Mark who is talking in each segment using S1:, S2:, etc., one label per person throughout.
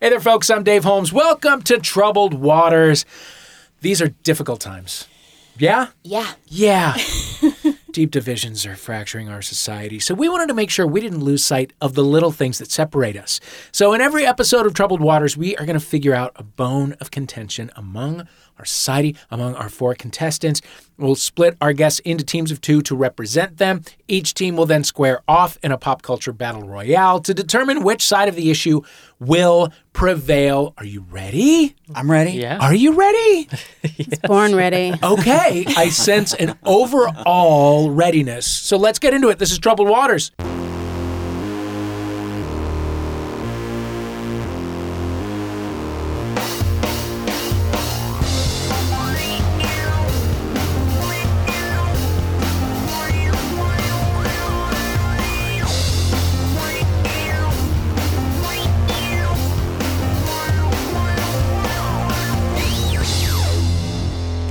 S1: Hey there, folks. I'm Dave Holmes. Welcome to Troubled Waters. These are difficult times. Yeah?
S2: Yeah.
S1: Yeah. Deep divisions are fracturing our society. So we wanted to make sure we didn't lose sight of the little things that separate us. So in every episode of Troubled Waters, we are going to figure out a bone of contention among our society, among our four contestants. We'll split our guests into teams of two to represent them. Each team will then square off in a pop culture battle royale to determine which side of the issue will prevail. Are you ready?
S3: I'm ready.
S4: Yeah.
S1: Are you ready?
S2: Born ready.
S1: Okay, I sense an overall readiness. So let's get into it. This is Troubled Waters.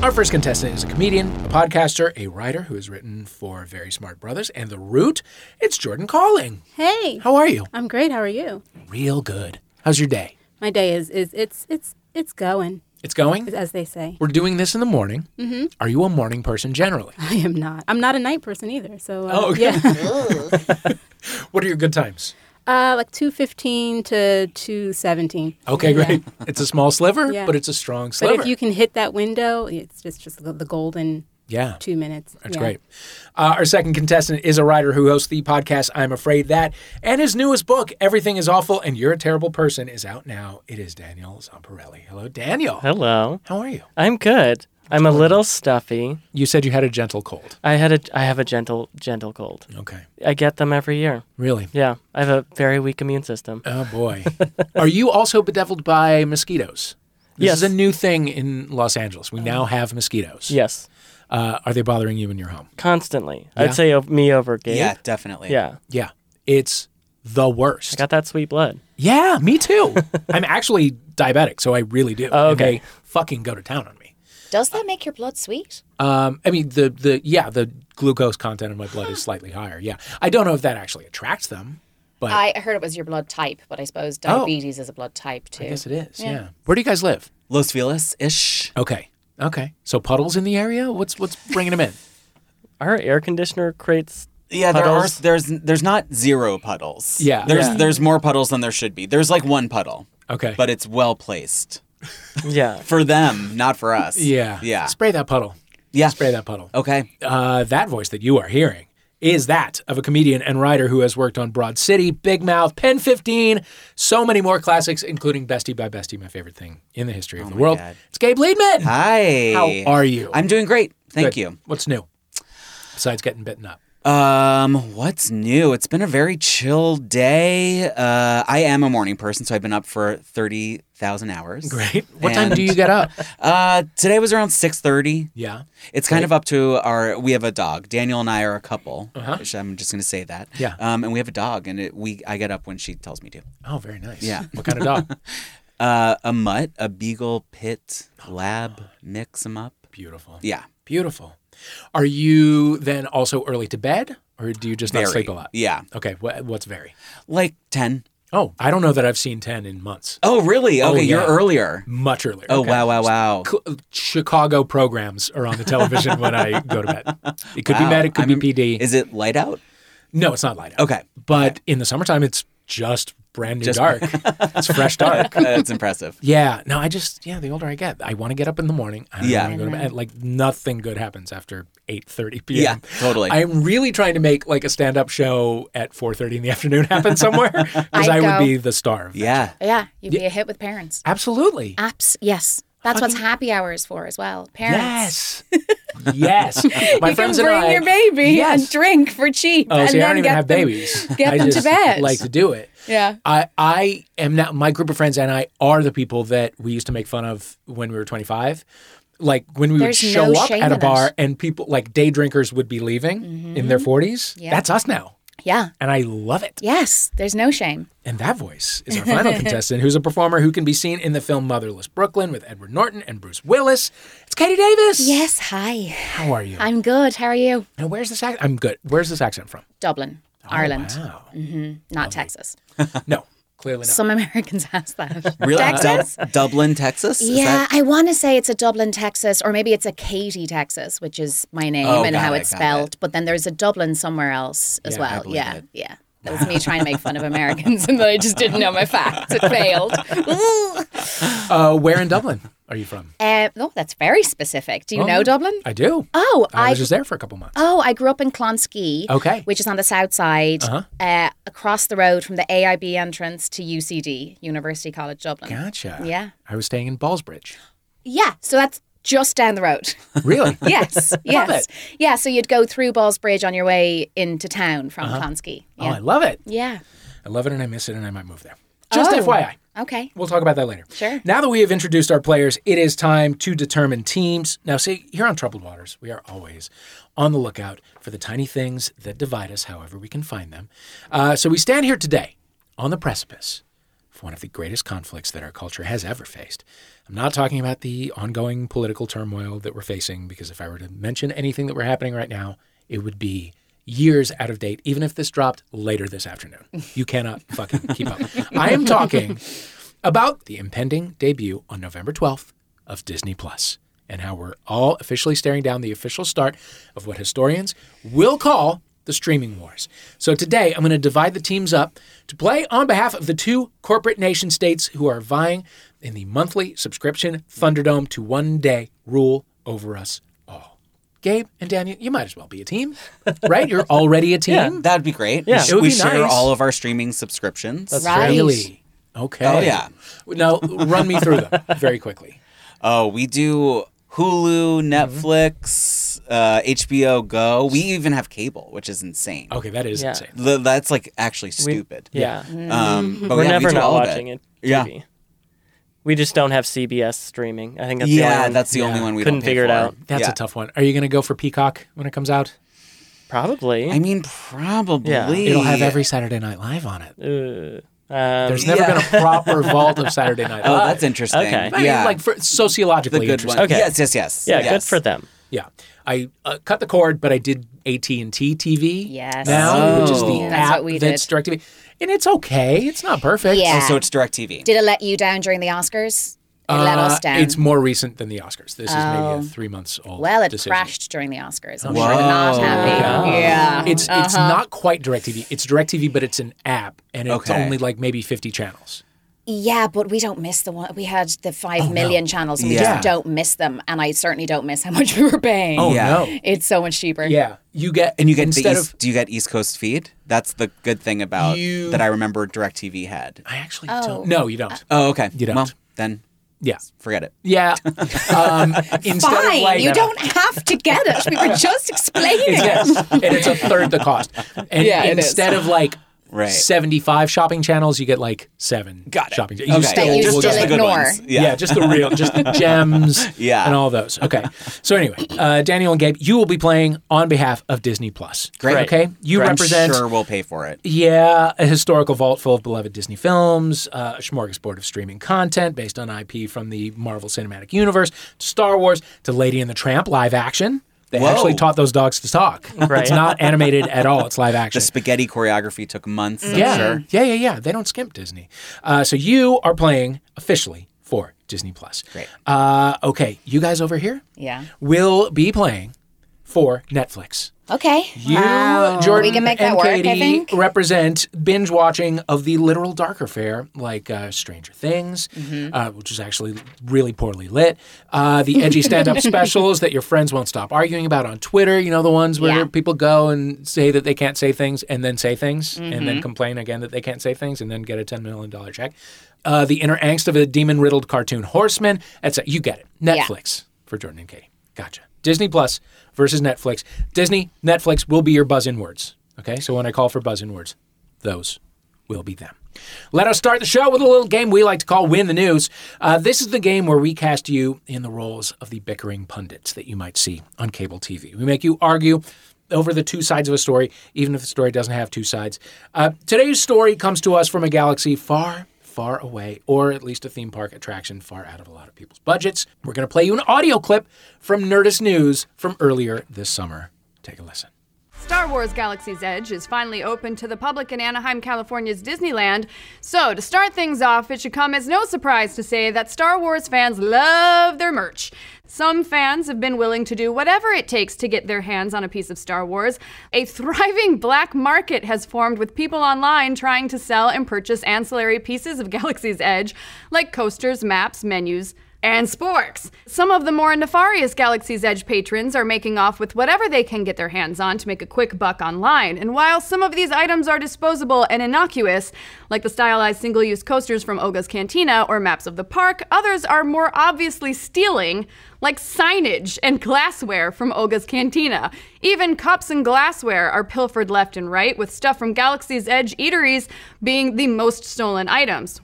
S1: Our first contestant is a comedian, a podcaster, a writer who has written for Very Smart Brothers and The Root. It's Jordan Calling.
S2: Hey.
S1: How are you?
S2: I'm great. How are you?
S1: Real good. How's your day?
S2: My day is is it's it's it's going,
S1: It's going?
S2: as they say.
S1: We're doing this in the morning. Mm-hmm. Are you a morning person generally?
S2: I am not. I'm not a night person either. So uh,
S1: Oh, okay.
S2: yeah.
S1: What are your good times?
S2: Uh, like 215 to 217.
S1: Okay, great. It's a small sliver,
S2: Yeah.
S1: but it's a strong
S2: But
S1: sliver.
S2: if you can hit that window, it's just just the, the golden
S1: yeah.
S2: 2 minutes.
S1: That's
S2: Yeah.
S1: great. Uh, our second contestant is a writer who hosts the podcast I'm Afraid That, and his newest book, Everything is Awful and You're a Terrible Person, is out now. It is Daniel Zamparelli. Hello, Daniel.
S4: Hello.
S1: How are you?
S4: I'm good. I'm a little stuffy.
S1: You said you had a gentle cold.
S4: I had a I have a gentle gentle cold.
S1: Okay.
S4: I get them every year.
S1: Really?
S4: Yeah, I have a very weak immune system.
S1: Oh, boy. are you also bedeviled by mosquitoes? This
S4: Yes. Uh-huh.
S1: is a new thing in Los Angeles. We now have mosquitoes.
S4: Yes,
S1: Uh, are they bothering you in your home?
S4: constantly.
S1: Yeah.
S4: I'd say o- me over Gabe.
S3: Yeah, definitely.
S4: Yeah.
S1: Yeah. It's the worst.
S4: I got that sweet blood.
S1: Yeah, me too. I'm actually diabetic, so I really do.
S4: Oh,
S1: And
S4: okay.
S1: they fucking go to town on me.
S5: Does that make your blood sweet?
S1: Um, I mean, the the yeah, the glucose content in my blood is slightly higher. Yeah, I don't know if that actually attracts them, but I,
S5: I heard it was your blood type, but I suppose diabetes is a blood type too.
S1: Oh. guess it is. Yeah. Where do you guys live?
S3: Los Feliz ish.
S1: Okay. Okay. So puddles in the area. What's what's bringing them in?
S4: Our air conditioner creates.
S3: Yeah,
S4: Puddles.
S3: there are. There's there's not zero puddles.
S1: Yeah.
S3: There's
S4: Yeah.
S3: there's more puddles than there should be. There's like one puddle,
S1: Okay.
S3: but it's well placed
S4: Yeah.
S3: for them, not for us.
S1: yeah.
S3: Yeah.
S1: Spray that puddle.
S3: Yeah.
S1: Spray that puddle.
S3: Okay.
S1: uh, that voice that you are hearing is that of a comedian and writer who has worked on Broad City, Big Mouth, Pen 15, so many more classics, including Bestie by Bestie, my favorite thing in the history of the world.
S3: Oh God.
S1: It's Gabe Liedman.
S3: Hi.
S1: How are you?
S3: I'm doing great. Thank
S1: Good.
S3: you.
S1: What's new besides getting bitten up?
S3: Um, what's new? It's been a very chill day. Uh, I am a morning person, so I've been up for thirty thousand hours.
S1: Great. What time do
S3: And-
S1: you get up?
S3: Uh, today was around six thirty.
S1: yeah.
S3: It's kind of up to our. We have a dog. Daniel and I are a couple.
S1: Uh-huh.
S3: Which I'm just going to say that.
S1: Yeah.
S3: Um, and we have a dog, and it, we I get up when she tells me to.
S1: Oh, very nice.
S3: Yeah.
S1: What kind of dog?
S3: Uh, a mutt, a beagle, pit, lab, mix them up.
S1: Beautiful.
S3: Yeah.
S1: Beautiful. Are you then also early to bed or do you just not
S3: Very.
S1: sleep a lot?
S3: Yeah.
S1: Okay. Wh- what's very?
S3: Like ten.
S1: Oh, I don't know that I've seen 10 in months.
S3: Oh, really? Okay,
S1: yeah.
S3: you're earlier.
S1: Much earlier.
S3: Oh
S1: Okay.
S3: wow, wow, wow.
S1: Cl- Chicago programs are on the television when I go to bed. It could be
S3: Wow.
S1: Met, it could
S3: I mean,
S1: be PD.
S3: Is it light out?
S1: no, it's not light out.
S3: Okay.
S1: But in the summertime, it's just brand new
S3: Just-
S1: dark. it's fresh dark.
S3: That's impressive.
S1: Yeah. No, I just yeah. The older I get, I want to get up in the morning. I
S3: Yeah.
S1: want to go to bed. Like nothing good happens after eight thirty p.m.
S3: Yeah, totally.
S1: I'm really trying to make like a stand-up show at four thirty in the afternoon happen somewhere because I
S5: I'd
S1: would
S5: go.
S1: be the star. Of that.
S3: yeah.
S5: Yeah, you'd be a hit with parents.
S1: Absolutely.
S5: Apps, yes. That's what's happy hours for as well. Parents.
S1: Yes. yes. My
S5: you
S1: friends
S5: can
S1: and
S5: bring
S1: I.
S5: your baby
S1: Yes.
S5: and drink for cheap.
S1: Oh,
S5: and
S1: see, I don't
S5: then
S1: even
S5: get
S1: have
S5: them-
S1: babies.
S5: get
S1: I
S5: them to
S1: just
S5: bed.
S1: Like to do it.
S5: Yeah.
S1: I I am now my group of friends and I are the people that we used to make fun of when we were 25. Like when we
S5: There's
S1: would show
S5: no
S1: up
S5: shame
S1: at a
S5: in
S1: bar
S5: it.
S1: and people like day drinkers would be leaving in their 40s.
S5: Mm-hmm. Yeah.
S1: That's us now.
S5: Yeah.
S1: And I love it.
S5: Yes. There's no shame.
S1: And that voice is our final contestant, who's a performer who can be seen in the film Motherless Brooklyn with Edward Norton and Bruce Willis. It's Katie Davis.
S5: Yes. Hi.
S1: How are you?
S5: I'm good. How are you?
S1: now, where's this? Ac- I'm good. Where's this accent from?
S5: Mm. Dublin, Ireland,
S1: Wow.
S5: not Texas.
S1: No, Clearly not.
S5: Some Americans ask that.
S3: Really?
S5: Texas?
S3: Dub- Dublin, Texas? Is
S5: yeah,
S3: that-
S5: I want to say it's a Dublin, Texas, or maybe it's a Katy, Texas, which is my name
S3: Oh,
S5: and
S3: got
S5: how
S3: it,
S5: it's
S3: got
S5: spelled. But then there's a Dublin somewhere else as
S1: Yeah, I
S5: well.
S3: believe
S5: yeah,
S3: it.
S5: yeah. That was me trying to make fun of Americans, and then I just didn't know my facts. It failed. Ooh.
S1: Uh, where in Dublin are you from?
S5: Uh, oh, that's very specific. Do you
S1: Oh,
S5: know Dublin?
S1: I do.
S5: Oh,
S1: I
S5: I.
S1: was just there for a couple months.
S5: Oh, I grew up in Clonskee,
S1: Okay.
S5: which is on the south side,
S1: Uh-huh.
S5: uh, across the road from the AIB entrance to UCD, University College Dublin.
S1: Gotcha.
S5: Yeah.
S1: I was staying in Ballsbridge.
S5: Yeah, so that's just down the road.
S1: Really?
S5: Yes, yes. Yeah, so you'd go through Balls Bridge on your way into town from Clonsky.
S1: Oh,
S5: Yeah.
S1: I love it.
S5: yeah.
S1: I love it and I miss it and I might move there. Just
S5: Oh.
S1: FYI.
S5: Okay.
S1: We'll talk about that later.
S5: Sure.
S1: Now that we have introduced our players, it is time to determine teams. Now, see, here on Troubled Waters, we are always on the lookout for the tiny things that divide us, however we can find them. Uh, so we stand here today on the precipice of one of the greatest conflicts that our culture has ever faced. I'm not talking about the ongoing political turmoil that we're facing, because if I were to mention anything that were happening right now, it would be years out of date, even if this dropped later this afternoon. You cannot fucking keep up. I am talking about the impending debut on November 12th of Disney Plus and how we're all officially staring down the official start of what historians will call the streaming wars. So today I'm going to divide the teams up to play on behalf of the two corporate nation states who are vying in the monthly subscription Thunderdome to one day rule over us all. Gabe and Daniel, you might as well be a team, right? You're already a team.
S3: That'd be great.
S4: Mm. Yeah.
S3: We,
S1: It would
S3: we
S1: be
S3: share
S1: nice.
S3: all of our streaming subscriptions.
S5: That's right.
S1: Really? Okay.
S3: Oh, yeah.
S1: Now run me through them very quickly.
S3: Oh, we do Hulu,
S4: Mm-hmm.
S3: Netflix, uh, HBO Go. We even have cable, which is insane.
S1: Okay, that is
S4: Yeah.
S1: insane.
S3: L- that's like actually
S4: We-
S3: stupid.
S4: yeah.
S1: Mm-hmm.
S3: Um, but
S4: We're
S3: yeah, we
S4: never
S3: do
S4: not
S3: all of
S4: watching it.
S3: Yeah.
S4: TV. We just don't have CBS streaming. I think that's the only
S3: yeah,
S4: one.
S3: that's the only one we
S4: Couldn't
S3: don't pay
S4: figure it
S3: for.
S4: out.
S1: That's
S3: Yeah.
S1: a tough one. Are you going to go for Peacock when it comes out?
S4: probably.
S3: I mean, probably.
S1: It'll have every Saturday Night Live on it.
S4: Uh, um,
S1: There's never
S3: Yeah.
S1: been a proper vault of Saturday Night Live.
S3: Oh, that's interesting.
S4: Okay.
S1: I mean,
S3: Yeah,
S1: like for,
S3: the
S1: sociologically
S3: good one.
S1: interesting.
S4: Okay.
S3: Yes, yes, yes.
S4: yeah, good
S3: yes.
S4: for them.
S1: Yeah, I uh, cut the cord, but I did AT and T TV
S5: Yes.
S1: now, which is the
S3: Oh.
S5: That's what
S1: app
S5: we
S1: that's
S5: did.
S1: DirecTV, and it's okay. It's not perfect.
S5: Yeah.
S3: Oh, so it's DirecTV.
S5: Did it let you down during the Oscars? It let
S1: Uh,
S5: us down. Oh.
S1: It's more recent than the Oscars. This is maybe a three months old.
S5: well, it
S1: decision. Oh,
S5: crashed during the Oscars. I'm
S3: Whoa.
S5: sure you're not happy.
S4: Wow.
S5: Yeah. Uh-huh.
S1: It's it's not quite DirecTV. It's DirecTV, but it's an app, and it's
S3: Okay.
S1: only like maybe fifty channels.
S5: yeah, but we don't miss the one. We had the
S1: Oh,
S5: five million channels and we
S3: Yeah.
S5: just don't miss them. And I certainly don't miss how much we were paying.
S1: Oh
S3: Yeah.
S1: no!
S5: It's so much cheaper.
S1: Yeah, you get
S3: and you get the
S1: instead
S3: East,
S1: of
S3: do you get East Coast feed? That's the good thing about
S1: You-
S3: that I remember DirecTV had.
S1: I actually
S5: Oh.
S1: don't. No, you don't.
S3: Oh, okay.
S1: You don't.
S3: Well, then
S1: Yeah,
S3: forget it.
S1: yeah. Um, instead
S5: Fine.
S1: of like
S5: you don't have to get it. We were just explaining
S1: It's-
S5: it.
S1: yes, and it's a third the cost. And
S5: Yeah, it is.
S1: instead of like
S3: Right.
S1: seventy-five shopping channels, you get like seven
S3: Got it.
S1: shopping. channels.
S3: Okay.
S5: That you
S1: will get-
S5: still
S3: just the good
S5: ignore.
S3: ones.
S1: Yeah.
S3: Yeah.
S1: just the real, just the gems,
S3: Yeah.
S1: and all those. Okay, so anyway, uh, Daniel and Gabe, you will be playing on behalf of Disney Plus.
S3: Great.
S1: Okay, you
S3: I'm
S1: represent
S3: sure we'll pay for it.
S1: Yeah, a historical vault full of beloved Disney films, uh, a smorgasbord of streaming content based on IP from the Marvel Cinematic Universe, to Star Wars, to Lady and the Tramp live action. They
S3: Whoa.
S1: actually taught those dogs to talk.
S4: Right.
S1: It's not animated at all. It's live action.
S3: The spaghetti choreography took months. I'm
S1: yeah,
S3: sure.
S1: yeah, yeah, yeah. They don't skimp Disney. Uh, so you are playing officially for Disney Plus.
S3: Great.
S1: Uh, okay, you guys over here
S5: Yeah.
S1: will be playing for Netflix.
S5: Okay.
S1: You, Jordan,
S5: We can make
S1: and
S5: that work, I
S1: Katie
S5: think.
S1: represent binge watching of the literal dark affair, like uh, Stranger Things,
S5: Mm-hmm.
S1: uh, which is actually really poorly lit. Uh, the edgy stand-up specials that your friends won't stop arguing about on Twitter. You know the ones where
S5: Yeah.
S1: people go and say that they can't say things, and then say things, and
S5: Mm-hmm.
S1: then complain again that they can't say things, and then get a ten million dollar check. Uh, the inner angst of a demon-riddled cartoon horseman. That's you get it. Netflix for Jordan and Katie. Gotcha. Disney Plus versus Netflix. Disney, Netflix will be your buzz in words. Okay, so when I call for buzz in words, those will be them. Let us start the show with a little game we like to call Win the News. Uh, this is the game where we cast you in the roles of the bickering pundits that you might see on cable TV. We make you argue over the two sides of a story, even if the story doesn't have two sides. Uh, today's story comes to us from a galaxy far, far away, or at least a theme park attraction far out of a lot of people's budgets. We're going to play you an audio clip from Nerdist News from earlier this summer. Take a listen.
S6: Star Wars Galaxy's Edge is finally open to the public in Anaheim, California's Disneyland. So, to start things off, it should come as no surprise to say that Star Wars fans love their merch. Some fans have been willing to do whatever it takes to get their hands on a piece of Star Wars. A thriving black market has formed with people online trying to sell and purchase ancillary pieces of Galaxy's Edge, like coasters, maps, menus, and sporks. Some of the more nefarious Galaxy's Edge patrons are making off with whatever they can get their hands on to make a quick buck online. And while some of these items are disposable and innocuous, like the stylized single use coasters from Oga's Cantina or maps of the park, others are more obviously stealing, like signage and glassware from Oga's Cantina. Even cups and glassware are pilfered left and right, with stuff from Galaxy's Edge eateries being the most stolen items.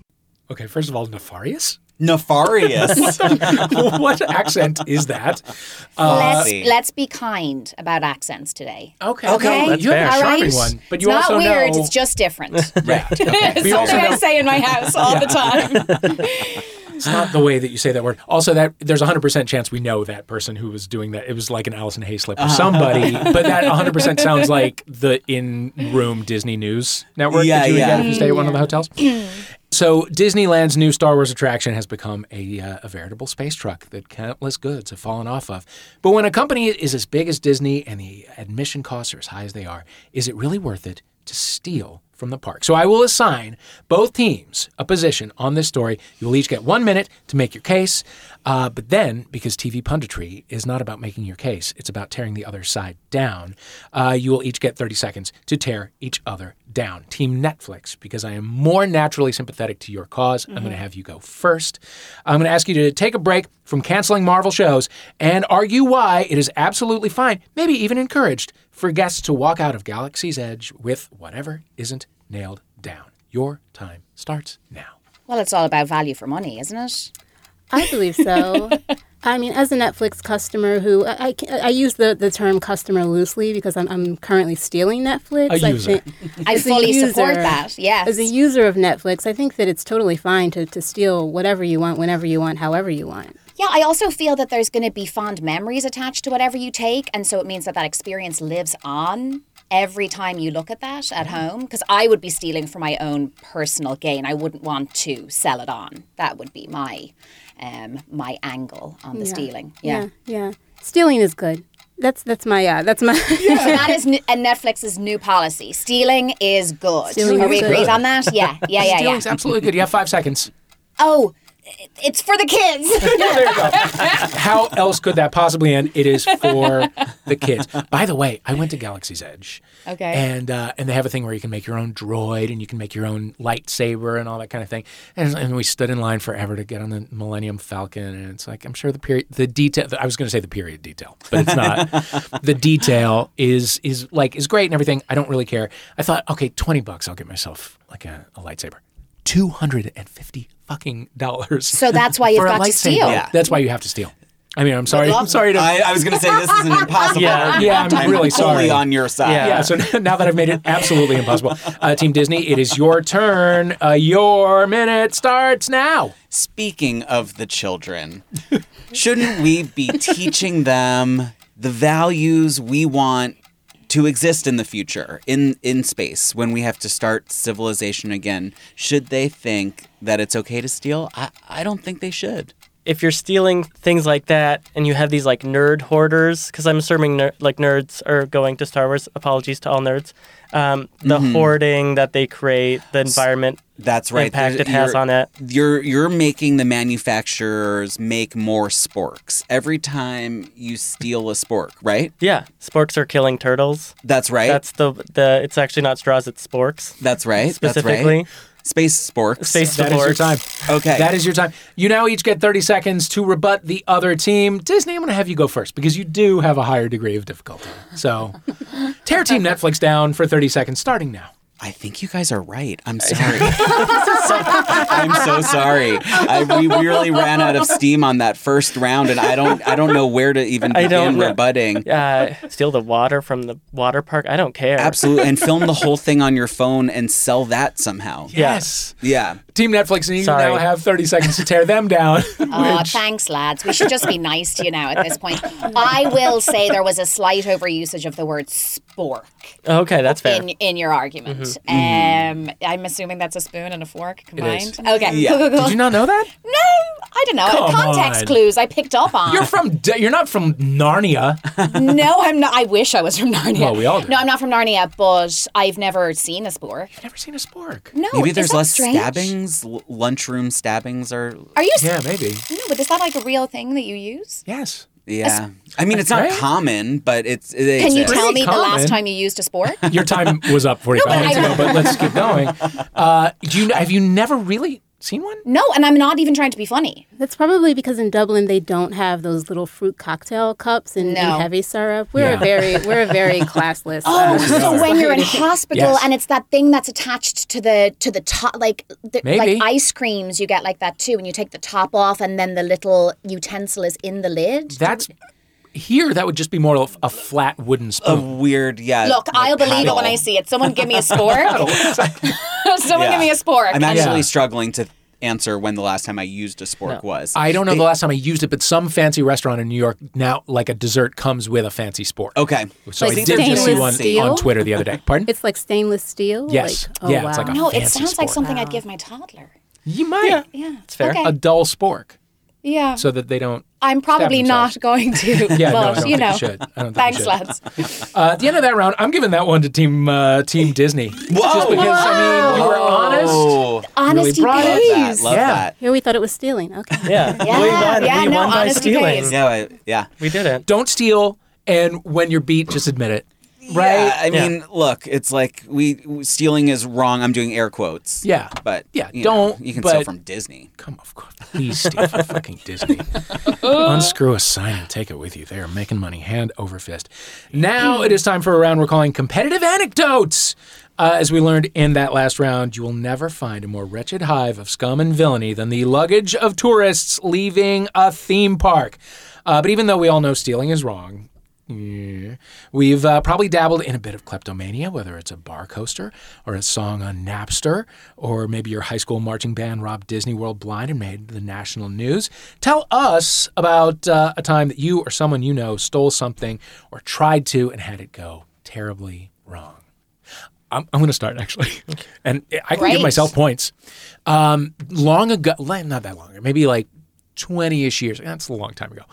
S1: Okay, first of all, nefarious?
S3: Nefarious.
S1: what accent is that?
S5: let's,
S3: see.
S5: let's be kind about accents today.
S1: Okay.
S5: Okay.
S1: no,
S4: that's
S1: you have a
S4: fair.
S1: charming
S5: All right.
S1: one, but you
S5: it's
S1: also
S5: not weird.
S1: know.
S5: It's just different. it's
S1: yeah. okay. But you also
S5: something I
S1: know
S5: say in my house all the time.
S1: it's not the way that you say that word. Also, that there's a hundred percent chance we know that person who was doing that. It was like an Allison Hayslip or
S3: Uh-huh.
S1: somebody, but that hundred percent sounds like the in-room Disney News Network.
S3: Yeah,
S1: that you would
S3: yeah.
S1: get if you stay at one of the hotels. So Disneyland's new Star Wars attraction has become a, uh, a veritable space truck that countless goods have fallen off of. But when a company is as big as Disney and the admission costs are as high as they are, is it really worth it to steal from the park? So I will assign both teams a position on this story. You will each get one minute to make your case. Uh, but then, because TV punditry is not about making your case, it's about tearing the other side down, uh, you will each get 30 seconds to tear each other down. Team Netflix, because I am more naturally sympathetic to your because i I'm going to have you go first. I'm going to ask you to take a break from canceling Marvel shows and argue why it is absolutely fine, maybe even encouraged, for guests to walk out of Galaxy's Edge with whatever isn't nailed down. Your time starts now.
S5: Well, it's all about value for money, isn't it?
S2: I believe so. I mean, as a Netflix customer who I, I, ca- I use the, the term customer loosely because I'm, I'm currently stealing Netflix.
S1: A
S2: I
S1: user.
S2: think-
S5: I
S2: as a
S5: fully support
S2: user-
S5: that. Yes.
S2: As a user of Netflix, I think that it's totally fine to, to steal whatever you want, whenever you want, however you want.
S5: Yeah, I also feel that there's going to be fond memories attached to whatever you take, and so it means that that experience lives on every time you look at that at home. Because I would be stealing for my own personal gain. I wouldn't want to sell it on. That would be my um, my angle on the stealing. Yeah.
S2: yeah. Stealing is good. That's that's my uh, that's my
S5: So that is n- and Netflix's new policy. Stealing is good.
S2: Stealing
S5: Are
S2: is
S5: we
S2: good.
S5: agreed on that? Yeah, yeah, yeah, yeah.
S1: Stealing's absolutely good. You have five seconds.
S5: Oh, it's for the kids.
S1: How else could that possibly end? It is for the kids. By the way, I went to Galaxy's Edge.
S5: Okay.
S1: And uh, and they have a thing where you can make your own droid and you can make your own lightsaber and all that kind of thing. And, and we stood in line forever to get on the Millennium Falcon. And it's like I'm sure the period, the detail. I was going to say the period detail, but it's not. the detail is is like is great and everything. I don't really care. I thought, okay, twenty bucks, I'll get myself like a, a lightsaber. Two hundred and fifty fucking dollars.
S5: So that's why you've
S1: for a
S5: got to
S1: lightsaber.
S5: steal. Yeah.
S1: That's why you have to steal. I mean, I'm sorry. I'm sorry to.
S3: I, I was going to say this is an impossible.
S4: Yeah.
S1: yeah, I'm, really sorry.
S3: Fully on your side.
S4: Yeah.
S1: yeah, so now that I've made it absolutely impossible, uh, Team Disney, it is your turn. Uh, your minute starts now.
S3: Speaking of the children, shouldn't we be teaching them the values we want to exist in the future, in in space, when we have to start civilization again? Should they think that it's okay to steal? I, I don't think they should.
S4: if you're stealing things like that and you have these like nerd hoarders because i'm assuming ner- like nerds are going to star wars apologies to all nerds um, the hoarding that they create the environment
S3: That's right.
S4: impact
S3: There's-
S4: it has
S3: you're-
S4: on it
S3: You're you're making the manufacturers make more sporks every time you steal a spork, right?
S4: yeah sporks are killing turtles
S3: That's right.
S4: that's the the it's actually not straws it's sporks
S3: That's right. That's
S4: Specifically?
S3: right. Space sporks.
S4: Space
S1: That is your
S4: sporks.
S1: time.
S3: Okay.
S1: That is your time. You now each get 30 seconds to rebut the other team. Disney, I'm going to have you go first because you do have a higher degree of difficulty. So tear Team Netflix down for 30 seconds starting now.
S3: I think you guys are right. I'm sorry. I'm so sorry. I, we really ran out of steam on that first round, and I don't I don't know where to even
S4: I
S3: begin
S4: don't know.
S3: rebutting.
S4: Uh, steal the water from the water park. I don't care.
S3: Absolutely, and film the whole thing on your phone and sell that somehow. Yeah,
S1: Yes. Team Netflix, and you
S4: Sorry.
S1: now have 30 seconds to tear them down.
S5: Oh,
S1: which-
S5: thanks, lads. We should just be nice to you now at this point. I will say there was a slight overusage of the word spork
S4: Okay, that's fair.
S5: in, in your argument. Um, I'm assuming that's a spoon and a fork
S1: Mm-hmm. Mm. is.
S5: combined. Okay.
S3: Yeah.
S5: Cool, cool, cool.
S1: Did you not know that?
S5: No, I don't know.
S1: Come
S5: Context
S1: on.
S5: clues I picked up on.
S1: You're from. D- You're not from Narnia.
S5: no, I'm not. I wish I was from Narnia.
S1: Well, we all do.
S5: No, I'm not from Narnia, but I've never seen a spork.
S1: Never seen a spork.
S5: No,
S3: Maybe
S5: is
S3: there's
S5: that
S3: less
S5: strange?
S3: stabbings. L- lunchroom stabbings are.
S5: Are you?
S1: Yeah, maybe.
S5: No, but is that like a real thing that you use?
S1: Yes.
S3: Yeah, I mean it's not
S1: Right?
S3: common, but it's. It
S5: Can you
S3: exists.
S5: tell me the
S1: common.
S5: last time you used a spork?
S1: Your time was up 45
S5: but
S1: minutes
S5: I-
S1: ago, but let's keep going. Uh, do you have you never really seen one?
S5: no, and I'm not even trying to be funny.
S2: That's probably because in Dublin they don't have those little fruit cocktail cups and, and
S5: No.
S2: heavy syrup. We're
S1: Yeah.
S2: a very we're a very classless.
S5: Oh,
S2: uh,
S5: so when you're in hospital
S1: Yes.
S5: and it's that thing that's attached to the to the top, like the,
S1: Maybe.
S5: like ice creams, you get like that too, and you take the top off, and then the little utensil is in the lid.
S1: That's here. That would just be more of a flat wooden
S3: A
S1: spoon.
S3: weird, yeah.
S5: Look, I'll believe it when
S3: paddle.
S5: I see it. Someone give me a spork. Someone
S3: Yeah.
S5: give me a spork.
S3: I'm actually
S1: Yeah.
S3: struggling to answer when the last time I used a spork was.
S1: I don't know the last time I used it, but some fancy restaurant in New York now, like a dessert, comes with a fancy spork.
S3: okay.
S1: So I
S2: Like
S1: did just see
S2: stainless
S1: one
S2: steel?
S1: on Twitter the other day. Pardon?
S2: it's like stainless steel.
S1: Yes.
S2: Like, oh
S1: Yeah,
S2: wow.
S1: it's like a-
S5: no, it
S1: fancy
S5: sounds like
S1: spork.
S5: something I'd give my toddler.
S1: you might.
S5: Yeah, it's
S4: fair.
S5: Okay.
S1: A dull spork,
S5: yeah,
S1: so that they don't.
S5: I'm probably
S1: themselves.
S5: not going to,
S1: Yeah, no, I
S5: but
S1: don't
S5: you
S1: think
S5: know.
S1: you should. I don't think you
S5: Thanks,
S1: should.
S5: lads.
S1: Uh, at the end of that round, I'm giving that one to Team uh, Team Disney.
S3: Whoa!
S1: Just because I mean, we were honest.
S3: Oh,
S5: Honesty
S1: brought it.
S5: pays.
S3: that, love
S1: Yeah.
S3: that.
S2: Here we thought it was stealing. Okay.
S4: Yeah,
S5: Yeah,
S4: we won.
S5: yeah,
S4: we
S5: no,
S4: won by
S5: honesty
S4: stealing.
S5: pays.
S3: Yeah, I- yeah.
S4: We did it.
S1: Don't steal, and when you're beat, just admit it. Right?
S3: Yeah, I
S4: Yeah.
S3: mean, look, it's like we stealing is wrong. I'm doing air quotes.
S1: Yeah.
S3: but
S1: Yeah,
S3: you
S1: don't,
S3: you can
S1: but-
S3: steal from Disney.
S1: Come of course, please steal from fucking Disney. Unscrew a sign and take it with you. They are making money hand over fist. Now it is time for a round we're calling competitive anecdotes. Uh, as we learned in that last round, you will never find a more wretched hive of scum and villainy than the luggage of tourists leaving a theme park. Uh, but even though we all know stealing is wrong, yeah. We've uh, probably dabbled in a bit of kleptomania, whether it's a bar coaster or a song on Napster, or maybe your high school marching band robbed Disney World blind and made the national news. Tell us about uh, a time that you or someone you know stole something or tried to and had it go terribly wrong. I'm, I'm going to start actually, and I can give
S5: Great.
S1: myself points. Um, long ago, li- not that long, ago, maybe like 20-ish years. That's a long time ago.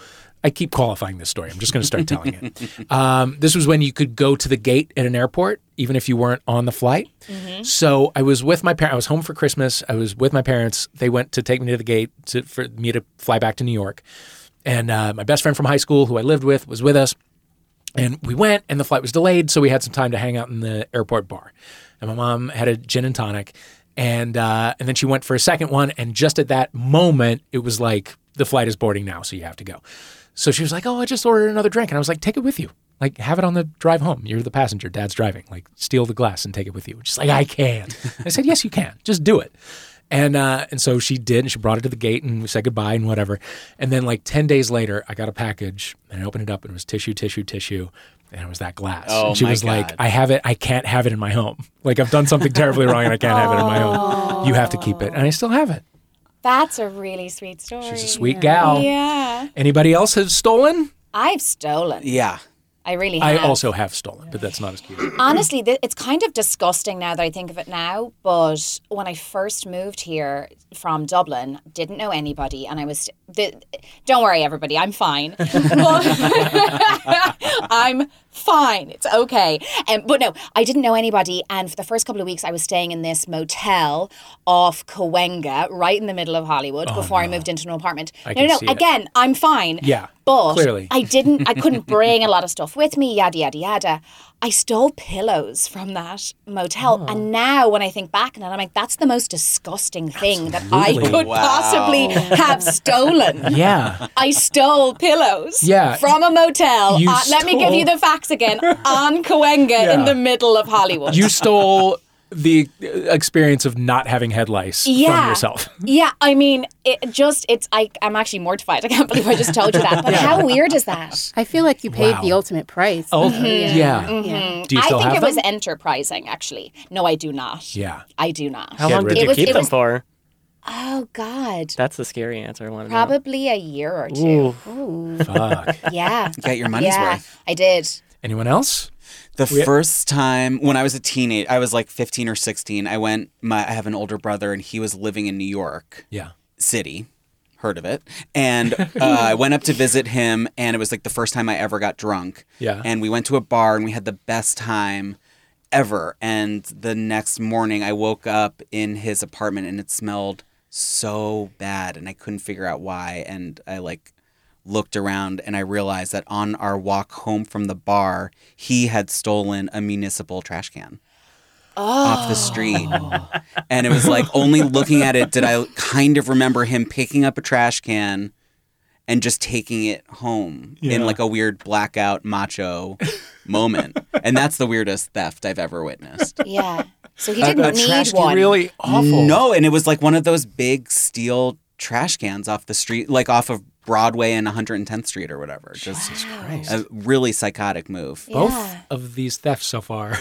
S1: I keep qualifying this story. I'm just going to start telling it. Um, this was when you could go to the gate at an airport, even if you weren't on the flight. So I was with my parents. I was home for Christmas. I was with my parents. They went to take me to the gate to, for me to fly back to New York. And uh, my best friend from high school, who I lived with, was with us. And we went, and the flight was delayed, so we had some time to hang out in the airport bar. And my mom had a gin and tonic, and uh, and then she went for a second one. And just at that moment, it was like the flight is boarding now, so you have to go. So she was like, "Oh, I just ordered another drink," and I was like, "Take it with you. Like, have it on the drive home. You're the passenger. Dad's driving. Like, steal the glass and take it with you." She's like, "I can't." I said, "Yes, you can. Just do it." And uh, and so she did, and she brought it to the gate, and we said goodbye and whatever. And then like ten days later, I got a package, and I opened it up, and it was tissue, tissue, tissue, and it was that glass.
S3: Oh,
S1: and she
S3: my
S1: was like,
S3: God.
S1: "I have it. I can't have it in my home. Like I've done something terribly wrong, and I can't have it in my home. You have to keep it." And I still have it.
S5: That's a really sweet story.
S1: She's a sweet gal.
S5: Yeah.
S1: Anybody else has stolen?
S5: I've stolen.
S3: Yeah,
S5: I really
S1: I
S5: have.
S1: also have stolen, but that's not as cute.
S5: Honestly, th- it's kind of disgusting now that I think of it now. But when I first moved here from Dublin, didn't know anybody, and I was. Th- don't worry, everybody, I'm fine. I'm fine. It's okay. Um, but no, I didn't know anybody, and for the first couple of weeks, I was staying in this motel off Cahuenga, right in the middle of Hollywood, before I moved into an apartment. no,
S1: Oh, can
S5: no,
S1: see
S5: no.
S1: it.
S5: Again, I'm fine.
S1: Yeah,
S5: But
S1: clearly.
S5: I didn't. I couldn't bring a lot of stuff with me. Yada yada yada. I stole pillows from that motel,
S1: Oh.
S5: and now when I think back on it, I'm like, that's the most disgusting thing that
S1: Absolutely.
S5: I could
S3: Wow.
S5: possibly have stolen.
S1: Yeah,
S5: I stole pillows
S1: Yeah.
S5: from a motel.
S1: You
S5: Uh, Let me give
S1: stole-
S5: you the facts again. On Cahuenga in the middle of Hollywood.
S1: you stole the uh, experience of not having head lice from yourself.
S5: Yeah, I mean, it just it's I I'm actually mortified. I can't believe I just told you that. But how weird is that?
S2: I feel like you paid the
S1: Wow.
S2: ultimate price.
S1: Oh, yeah. Do you
S5: Mm-hmm. I
S1: still
S5: think
S1: have
S5: it was
S1: them?
S5: enterprising actually. No, I do not.
S1: Yeah.
S5: I do not.
S4: How
S1: Get
S4: long
S1: rid
S4: did
S1: of
S4: you
S5: it.
S4: keep
S5: It
S4: them
S5: was-
S4: for?
S5: Oh god.
S4: That's the scary answer I want to know.
S5: Probably a year or two.
S4: Ooh,
S1: Fuck.
S5: Yeah.
S3: Get your money's
S5: yeah,
S3: worth.
S5: I did.
S1: Anyone else?
S3: The first time when I was a teenager, I was like 15 or 16. I went. My I have an older brother, and he was living in New York
S1: Yeah.
S3: City. Heard of it? And uh, I went up to visit him, and it was like the first time I ever got drunk.
S1: Yeah.
S3: And we went to a bar, and we had the best time ever. And the next morning, I woke up in his apartment, and it smelled so bad, and I couldn't figure out why. And I like looked around and I realized that on our walk home from the bar, he had stolen a municipal trash can off the street. and it was like only looking at it did I kind of remember him picking up a trash can and just taking it home in like a weird blackout macho moment. And that's the weirdest theft I've ever witnessed.
S5: Yeah. So he didn't need
S1: trash
S5: one.
S1: can really awful.
S3: No, and it was like one of those big steel trash cans off the street, like off of Broadway and 110th Street or whatever. Just a really psychotic move.
S1: Both
S5: Yeah.
S1: of these thefts so far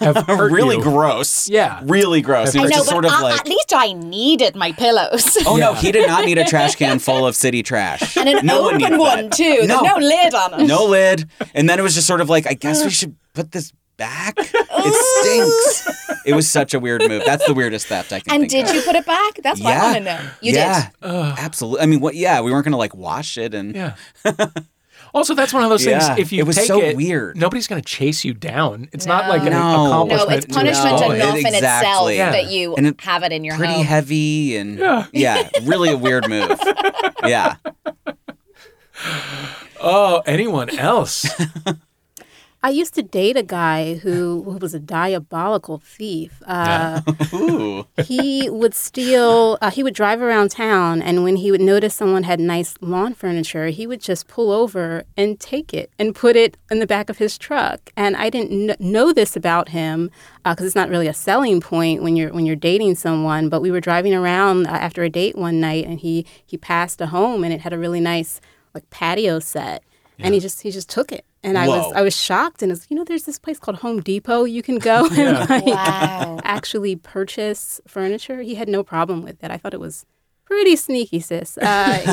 S1: have hurt
S3: Really
S1: you.
S3: gross.
S1: Yeah.
S3: Really gross.
S1: I
S3: It
S5: I
S3: was
S5: know,
S3: just
S5: but
S3: sort of
S5: I-
S3: like
S5: at least I needed my pillows.
S3: Oh no, he did not need a trash can full of city trash.
S5: And an
S3: no one
S5: open
S3: needed
S5: one
S3: that.
S5: too. There's
S3: No.
S5: no lid on it.
S3: No lid. And then it was just sort of like, I guess we should put this back. It stinks. it was such a weird move. That's the weirdest theft I can
S5: And
S3: think
S5: did
S3: of.
S5: you put it back? That's what I want to know. You
S3: yeah,
S5: did.
S3: absolutely. I mean, what? Yeah, we weren't gonna like wash it, and
S1: Yeah. also, that's one of those
S3: Yeah.
S1: things. If you
S3: It was
S1: take
S3: so
S1: it,
S3: weird.
S1: nobody's going to chase you down. It's not like an
S3: No.
S5: No,
S1: accomplishment.
S5: it's
S1: to
S5: punishment
S1: exploit.
S5: enough in itself
S3: Exactly. Yeah.
S5: that you
S3: And it-
S5: have it in your
S3: pretty
S5: home.
S3: heavy, and
S1: Yeah.
S3: yeah, really a weird move. Yeah,
S1: Oh, anyone else?
S2: I used to date a guy who, who was a diabolical thief. Uh,
S3: ooh,
S2: he would steal, uh, he would drive around town, and when he would notice someone had nice lawn furniture, he would just pull over and take it and put it in the back of his truck. And I didn't kn- know this about him because it's not really a selling point when you're when you're dating someone. But we were driving around uh, after a date one night, and he he passed a home, and it had a really nice like patio set, and he just he just took it. And I was
S3: Whoa.
S2: I was shocked, and it's you know there's this place called Home Depot you can go and like,
S5: Wow.
S2: actually purchase furniture, he had no problem with it. I thought it was pretty sneaky, sis. Uh,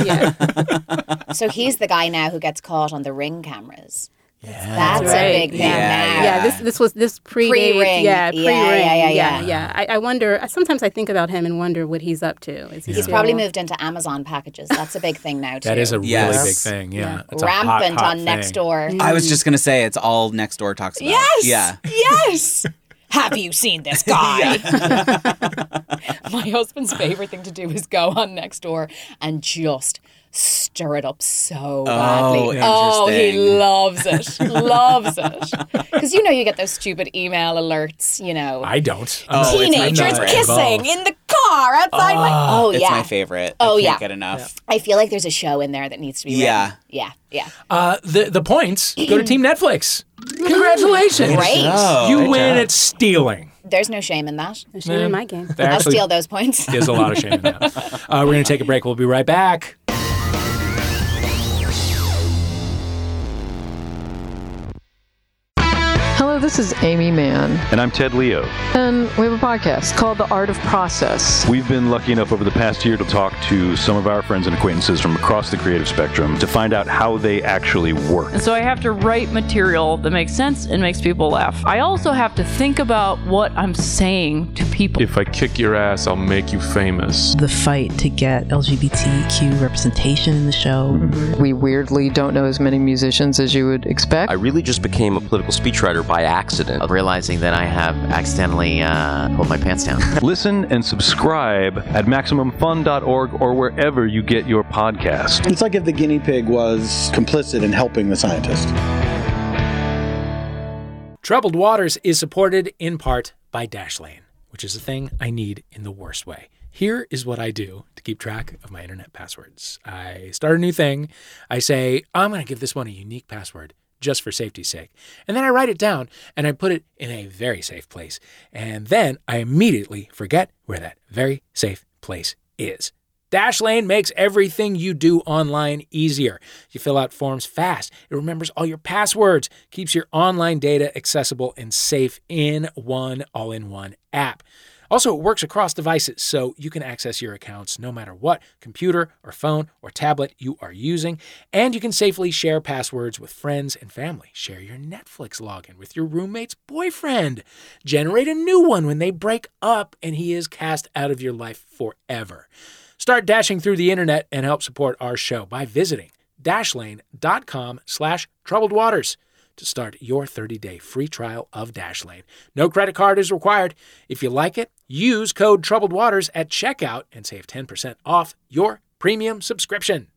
S2: yeah,
S5: So he's the guy now who gets caught on the ring cameras.
S1: yeah.
S5: That's
S2: right.
S5: a big thing
S3: Yeah.
S5: now.
S2: yeah. This this was this pre
S5: Pre-ring.
S2: Yeah,
S5: Yeah,
S2: pre ring.
S5: yeah, yeah,
S2: yeah.
S5: yeah.
S2: I, I wonder. I- Sometimes I think about him and wonder what he's up to. Is he
S5: He's
S2: still-
S5: probably moved into Amazon packages. That's a big thing now too.
S1: That is a really
S3: Yes.
S1: big thing. Yeah. It's a hot,
S5: rampant
S1: hot
S5: on next
S1: thing.
S5: door.
S3: I was just gonna say it's all next door talks about.
S5: Yes.
S3: Yeah.
S5: Yes. Have you seen this guy? My husband's favorite thing to do is go on next door and just stir it up so badly. Oh, he
S3: interesting.
S5: loves it. loves it. Because you know you get those stupid email alerts, you know.
S1: I don't. I'm not- I'm
S5: Teenagers
S1: not
S5: kissing
S1: involved.
S5: in the car outside my Oh
S3: Ah, It's
S5: yeah.
S3: my favorite.
S5: Oh,
S3: I can't
S5: yeah.
S3: get enough.
S5: I feel like there's a show in there that needs to be written.
S3: Yeah.
S5: Yeah. Yeah.
S1: Uh, the the points go to Team Netflix. Congratulations!
S5: Great.
S3: Oh,
S1: You win at stealing.
S5: There's no shame in that.
S2: There's none in my game.
S1: There
S5: I'll
S1: actually
S5: steal those points.
S1: is a lot of shame in that. Uh, we're gonna take a break. We'll be right back.
S7: Hello, this is Amy Mann,
S8: And I'm Ted Leo.
S7: and we have a podcast called The Art of Process.
S8: We've been lucky enough over the past year to talk to some of our friends and acquaintances from across the creative spectrum to find out how they actually work.
S9: And so I have to write material that makes sense and makes people laugh. I also have to think about what I'm saying to people.
S10: If I kick your ass, I'll make you famous.
S11: the fight to get LGBTQ representation in the show.
S7: We weirdly don't know as many musicians as you would expect.
S12: I really just became a political speechwriter by accident, realizing that I have accidentally uh, pulled my pants down.
S8: Listen and subscribe at MaximumFun.org or wherever you get your podcast.
S10: It's like if the guinea pig was complicit in helping the scientist.
S1: Troubled Waters is supported in part by Dashlane, which is a thing I need in the worst way. Here is what I do to keep track of my internet passwords. I start a new thing. I say, I'm going to give this one a unique password just for safety's sake. And then I write it down and I put it in a very safe place. And then I immediately forget where that very safe place is. Dashlane makes everything you do online easier. You fill out forms fast. It remembers all your passwords, keeps your online data accessible and safe in one all in one app. Also, it works across devices, so you can access your accounts no matter what computer or phone or tablet you are using. And you can safely share passwords with friends and family. Share your Netflix login with your roommate's boyfriend. Generate a new one when they break up and he is cast out of your life forever. Start dashing through the internet and help support our show by visiting dashlane.com slash troubled waters to start your 30-day free trial of Dashlane. No credit card is required. If you like it, use code Troubled Waters at checkout and save 10% off your premium subscription.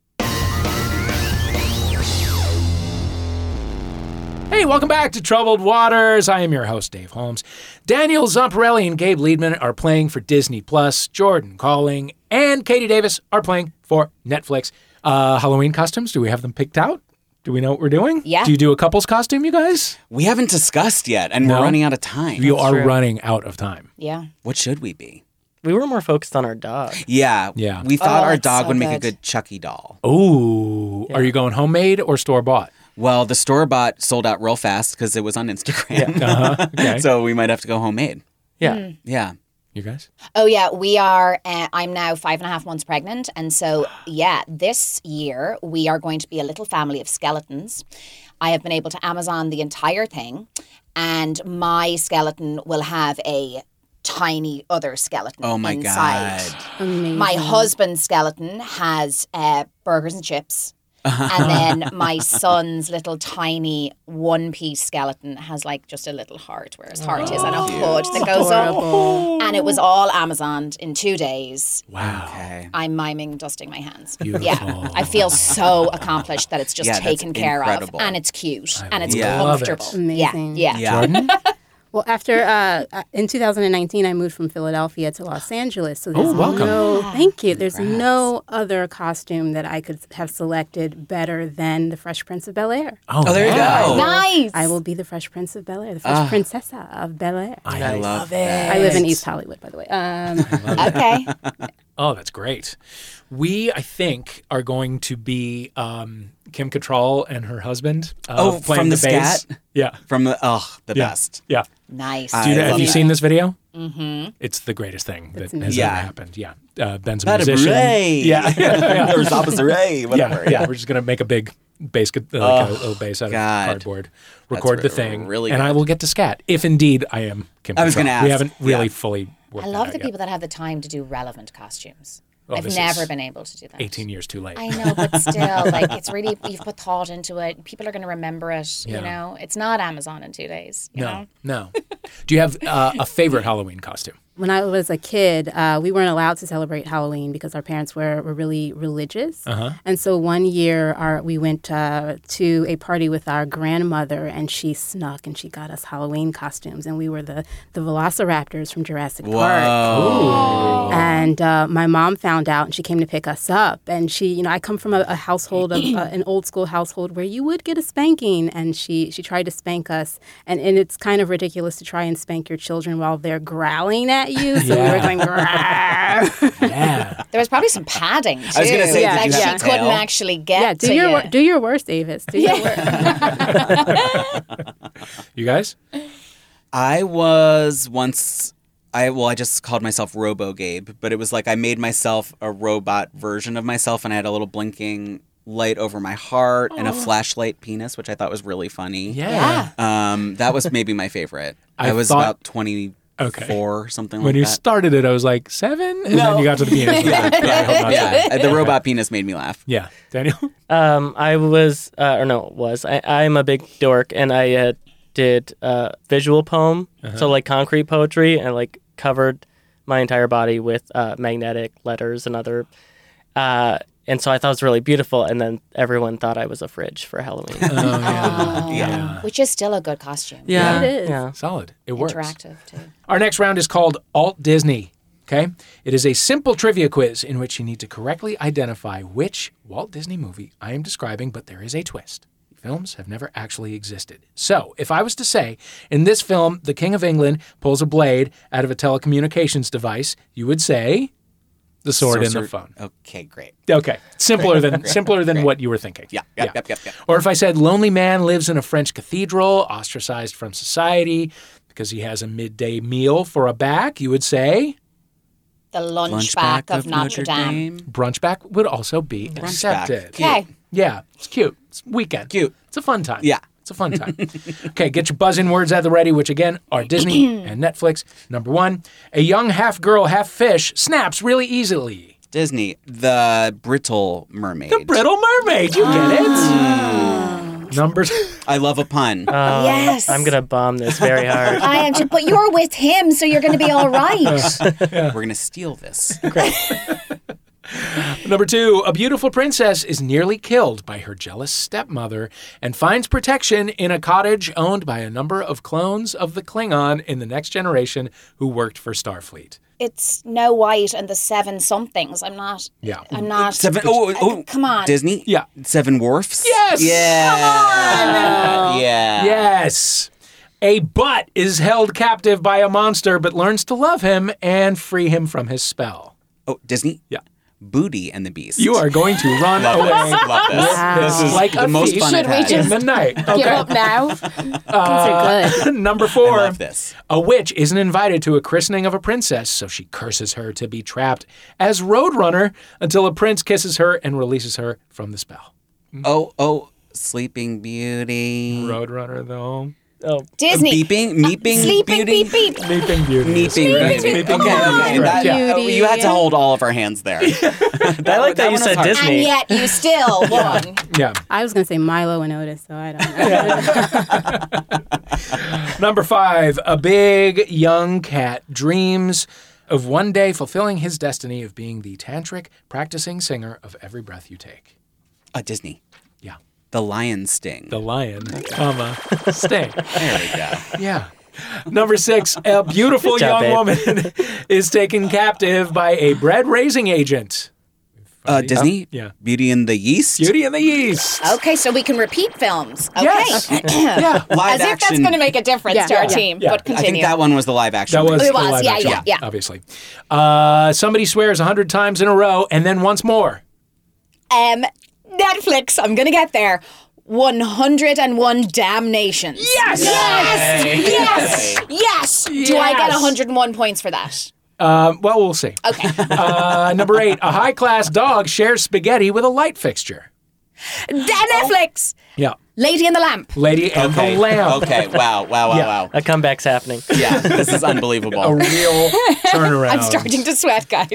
S1: Hey, welcome back to Troubled Waters. I am your host, Dave Holmes. Daniel Zamparelli and Gabe Liedman are playing for Disney Plus. Jordan Calling and Katie Davis are playing for Netflix. Uh, Halloween costumes, do we have them picked out? Do we know what we're doing?
S3: Yeah.
S1: Do you do a couple's costume, you guys?
S3: We haven't discussed yet, and we're
S1: No?
S3: running out of time.
S1: You are running out of time.
S5: Yeah.
S3: What should we be?
S4: We were more focused on our dog.
S3: Yeah.
S1: Yeah.
S3: We thought
S4: Oh,
S3: our
S4: that's
S3: dog
S4: so
S3: would make a
S4: good.
S3: good Chucky doll.
S1: Oh, are you going homemade or store bought?
S3: Well, the store bought sold out real fast because it was on Instagram.
S1: Uh-huh. Okay.
S3: so we might have to go homemade.
S4: Yeah.
S5: Mm.
S3: Yeah.
S1: You guys?
S5: Oh yeah, we are. Uh, I'm now five and a half months pregnant, and so yeah, this year we are going to be a little family of skeletons. I have been able to Amazon the entire thing, and my skeleton will have a tiny other skeleton.
S3: Oh my
S5: inside.
S3: God.
S2: Amazing.
S5: My husband's skeleton has uh, burgers and chips. and then my son's little tiny one piece skeleton has like just a little heart where his heart is and a hood that goes
S2: Adorable.
S5: up. And it was all Amazoned in two days.
S1: Wow.
S3: Okay.
S5: I'm miming dusting my hands.
S1: Beautiful.
S5: Yeah. I feel so accomplished that it's just
S3: Yeah, that's
S5: taken care
S3: incredible.
S5: of and it's cute and it's
S3: Yeah.
S1: love it.
S5: comfortable.
S2: Amazing.
S5: Yeah. Yeah.
S1: Jordan?
S2: Well, after uh, uh, in 2019, I moved from Philadelphia to Los Angeles. So there's
S1: Oh, welcome.
S2: no,
S5: Ah,
S2: thank you. There's no other costume that I could have selected better than the Fresh Prince of Bel Air.
S3: Oh, there you go.
S5: Nice.
S2: I will be the Fresh Prince of Bel Air, the Fresh Princessa of Bel Air. I,
S3: I love that.
S2: live in East Hollywood, by the way. Um,
S5: Okay.
S1: Oh, that's great. We, I think, are going to be um, Kim Cattrall and her husband. Uh,
S3: Oh,
S1: playing
S3: from
S1: the,
S3: the
S1: bass.
S3: scat?
S1: Yeah.
S3: From the oh, the
S1: Yeah.
S3: best.
S1: Yeah.
S5: Nice.
S1: Do you know, have you seen this video?
S5: Mm-hmm.
S1: It's the greatest thing that
S2: It's
S1: has
S2: amazing.
S1: ever
S3: Yeah.
S1: happened. Yeah. Uh, Ben's a
S3: Bada
S1: musician.
S3: bray.
S1: Yeah. yeah.
S3: or Zappa's Ray, whatever.
S1: Yeah, yeah, we're just gonna make a big bass, gu- uh, like a
S3: Oh,
S1: little bass out
S3: God.
S1: of cardboard, record the
S3: re-
S1: thing,
S3: really
S1: and I
S3: good.
S1: will get to scat if indeed I am. Kim
S3: I was
S1: Cattrall.
S3: gonna
S1: We
S3: ask,
S1: haven't really
S3: yeah.
S1: fully worked.
S5: I love
S1: that
S5: the
S1: out
S5: people that have the time to do relevant costumes.
S1: Oh,
S5: I've
S1: this
S5: never
S1: is
S5: been able to do that.
S1: yet. Eighteen years too late.
S5: I know, but still, like it's really you've put thought into it. People are going to remember it.
S1: Yeah.
S5: You know, it's not Amazon in two days. You
S1: No,
S5: know?
S1: no. Do you have uh, a favorite Halloween costume?
S2: when I was a kid, uh, we weren't allowed to celebrate Halloween because our parents were, were really religious. And so one year, our, we went uh, to a party with our grandmother, and she snuck and she got us Halloween costumes, and we were the the Velociraptors from Jurassic Park. And uh, my mom found out, and she came to pick us up. And she, you know, I come from a, a household of uh, an old school household where you would get a spanking, and she she tried to spank us, and and it's kind of ridiculous to try and spank your children while they're growling at you. So we
S1: Yeah.
S2: were going. "Growl."
S1: Yeah.
S5: There was probably some padding. Too,
S3: I was gonna say,
S2: did
S5: that
S2: you have
S5: she couldn't
S3: tail?
S5: actually get.
S2: yeah, do
S5: to
S2: your
S5: you.
S2: wor- do your worst, Avis. Do your worst.
S1: You guys?
S3: I was once I well, I just called myself Robo Gabe, but it was like I made myself a robot version of myself and I had a little blinking light over my heart and a flashlight penis, which I thought was really funny.
S1: Yeah.
S3: Um, that was maybe my favorite.
S1: I
S3: I, was
S1: thought-
S3: about twenty four,
S1: Okay.
S3: something
S1: When
S3: like
S1: you
S3: that.
S1: started it, I was like seven, and then
S3: No.
S1: you got to the piano. and I was like, "Yeah, I hope not seven."
S3: yeah, the robot penis made me laugh.
S1: Yeah, Daniel.
S4: Um, I was, uh, or no, was I? I'm a big dork, and I uh, did uh, visual poem,
S3: Uh-huh.
S4: so like concrete poetry, and like covered my entire body with uh, magnetic letters and other. Uh, and so I thought it was really beautiful, and then everyone thought I was a fridge for Halloween.
S1: Oh yeah.
S5: Oh,
S1: Yeah.
S5: Which is still a good costume.
S4: yeah,
S2: It is.
S4: yeah.
S1: Solid. It works.
S5: Interactive too.
S1: Our next round is called Alt Disney. Okay? It is a simple trivia quiz in which you need to correctly identify which Walt Disney movie I am describing, but there is a twist. Films have never actually existed. So, if I was to say, in this film, the King of England pulls a blade out of a telecommunications device, you would say, the sword in the
S3: Sorcerer-
S1: phone.
S3: Okay, great.
S1: Okay, simpler than
S3: Great.
S1: simpler than what you were thinking.
S3: Yeah, yep, yep, yep, yep.
S1: Or if I said lonely man lives in a French cathedral, ostracized from society because he has a midday meal for a back, you would say
S5: The lunchback, of, Notre Dame.
S1: Brunchback would also be
S5: Brunchback.
S1: accepted.
S5: Okay.
S1: Yeah, it's cute. It's weekend. Cute. It's a fun time.
S3: Yeah.
S1: It's a fun time. okay, get your buzzing words at the ready, which again are Disney and Netflix. Number one, a young half girl, half fish snaps really easily.
S3: Disney, the brittle mermaid.
S1: The brittle mermaid. You get it? Numbers.
S3: I love a pun.
S4: Um,
S5: Yes.
S4: I'm gonna bomb this very hard.
S5: I am too, but you're with him, so you're going to be all right.
S3: We're gonna steal this.
S1: Number two, a beautiful princess is nearly killed by her jealous stepmother and finds protection in a cottage owned by a number of clones of the Klingon in the next generation who worked for Starfleet.
S5: It's Snow White and the Seven Somethings. I'm not.
S1: Yeah.
S5: I'm not.
S3: Seven oh, oh, oh,
S5: Come on.
S3: Disney. Yeah. Seven Wharfs.
S1: Yes!
S3: Yeah. Yeah.
S1: Yes. A butt is held captive by a monster but learns to love him and free him from his spell.
S3: Oh, Disney.
S1: Yeah.
S3: Booty and the Beast.
S1: You are going to run
S3: Love
S1: away.
S3: this, love this.
S1: with
S3: This is
S1: like a
S3: the most
S1: thief
S3: fun Should it we had.
S1: in
S3: just
S1: the night.
S2: Give
S1: Okay.
S2: up now.
S1: Uh,
S2: These
S1: number four.
S3: I love this.
S1: A witch isn't invited to a christening of a princess, so she curses her to be trapped as Roadrunner until a prince kisses her and releases her from the spell.
S3: Oh, oh, Sleeping Beauty.
S1: Roadrunner, though.
S4: Oh,
S5: Disney.
S3: Beeping, meeping,
S5: uh, Sleeping
S3: beauty.
S5: beep beep.
S1: Leaping Beauty.
S3: Meeping Beauty. Okay,
S1: Meeping
S3: okay.
S1: Beauty.
S3: That,
S1: Yeah.
S3: oh, you had to hold all of our hands there.
S4: I like that,
S3: one
S4: you
S3: was
S4: said
S3: hard.
S4: Disney.
S5: And yet you still won.
S1: Yeah.
S2: I was going to say Milo and Otis, so I don't know.
S1: Number five, a big young cat dreams of one day fulfilling his destiny of being the tantric practicing singer of Every Breath You Take.
S3: Oh, Disney.
S1: Yeah.
S3: The Lion Sting.
S1: The lion, comma, stay.
S3: There we go.
S1: Yeah. Number six, a beautiful
S4: Good job,
S1: young
S4: babe.
S1: woman is taken captive by a bread raising agent.
S3: Uh, Disney.
S1: Oh, Yeah.
S3: Beauty and the Yeast.
S1: Beauty and the Yeast.
S5: Okay, so we can repeat films. Okay.
S1: Yes. yeah.
S3: Live
S5: As if that's
S3: action.
S5: going to make a difference
S2: Yeah.
S5: to our
S2: Yeah.
S5: team.
S1: Yeah.
S5: But
S3: I think
S5: continue.
S3: that one was the live action.
S1: That was,
S5: It
S1: the
S5: was,
S1: live
S5: yeah,
S1: action,
S5: yeah, yeah.
S1: Obviously. Uh, somebody swears 100 times in a row and then once more.
S5: um, Netflix. I'm going to get there. 101 damnations. Yes! Yes! Yes! Yes! Do I get
S1: Yes.
S5: 101 points for that?
S1: Um, well, we'll see.
S5: Okay.
S1: Uh, number eight, a high class dog shares spaghetti with a light fixture.
S5: Da- Netflix.
S1: Yeah.
S5: Lady in the Lamp.
S1: Lady and
S3: Okay.
S1: the Lamb.
S3: Okay. Wow. Wow. Wow.
S1: Yeah.
S3: Wow.
S4: a comeback's happening.
S3: Yeah. This is
S1: A
S3: unbelievable.
S1: real turnaround.
S5: I'm starting to sweat, guys.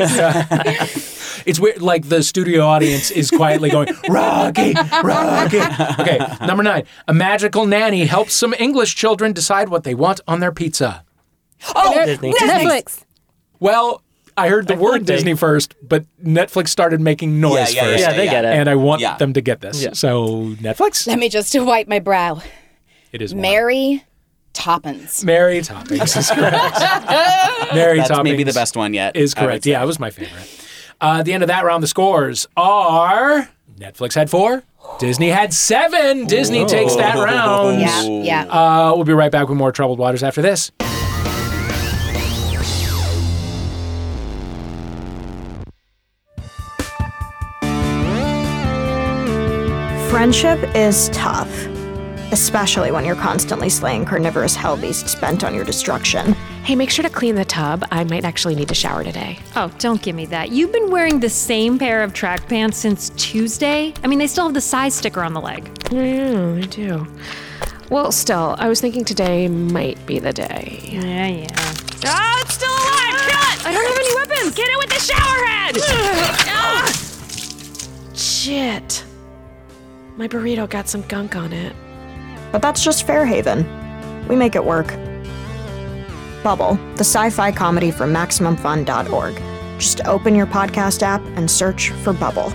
S1: It's weird. Like the studio audience is quietly going, Rocky, Rocky. Okay, number nine. A magical nanny helps some English children decide what they want on their pizza.
S5: Oh,
S4: Disney.
S2: Netflix.
S1: Well, I heard the
S4: I
S1: word
S4: think they-
S1: Disney first, but Netflix started making noise
S3: Yeah, yeah,
S1: first.
S4: Yeah, they get it.
S1: And I want
S3: Yeah.
S1: them to get this.
S4: Yeah.
S1: So, Netflix,
S5: let me just wipe my brow.
S1: it is one.
S5: Mary Toppins.
S1: Mary Toppings is correct. Mary
S3: That's
S1: Toppings
S3: maybe the best one yet.
S1: is
S3: I would
S1: correct.
S3: say.
S1: Yeah, it was my favorite. Uh, at the end of that round, the scores are Netflix had four, Disney had seven. Disney takes that round.
S5: Yeah, yeah.
S1: Uh, we'll be right back with more Troubled Waters after this.
S13: Friendship is tough, especially when you're constantly slaying carnivorous hell beasts bent on your destruction.
S14: Hey, make sure to clean the tub. I might actually need to shower today.
S15: Oh, don't give me that. You've been wearing the same pair of track pants since Tuesday. I mean, they still have the size sticker on the leg.
S14: Mm, I do. Well, still, I was thinking today might be the day.
S15: Yeah, yeah. Oh, it's still alive! Kill it! I don't have any weapons! Get it with the shower head! ah!
S14: Shit. My burrito got some gunk on it.
S13: But that's just Fairhaven. We make it work. Bubble, the sci fi comedy from MaximumFun.org. Just open your podcast app and search for Bubble.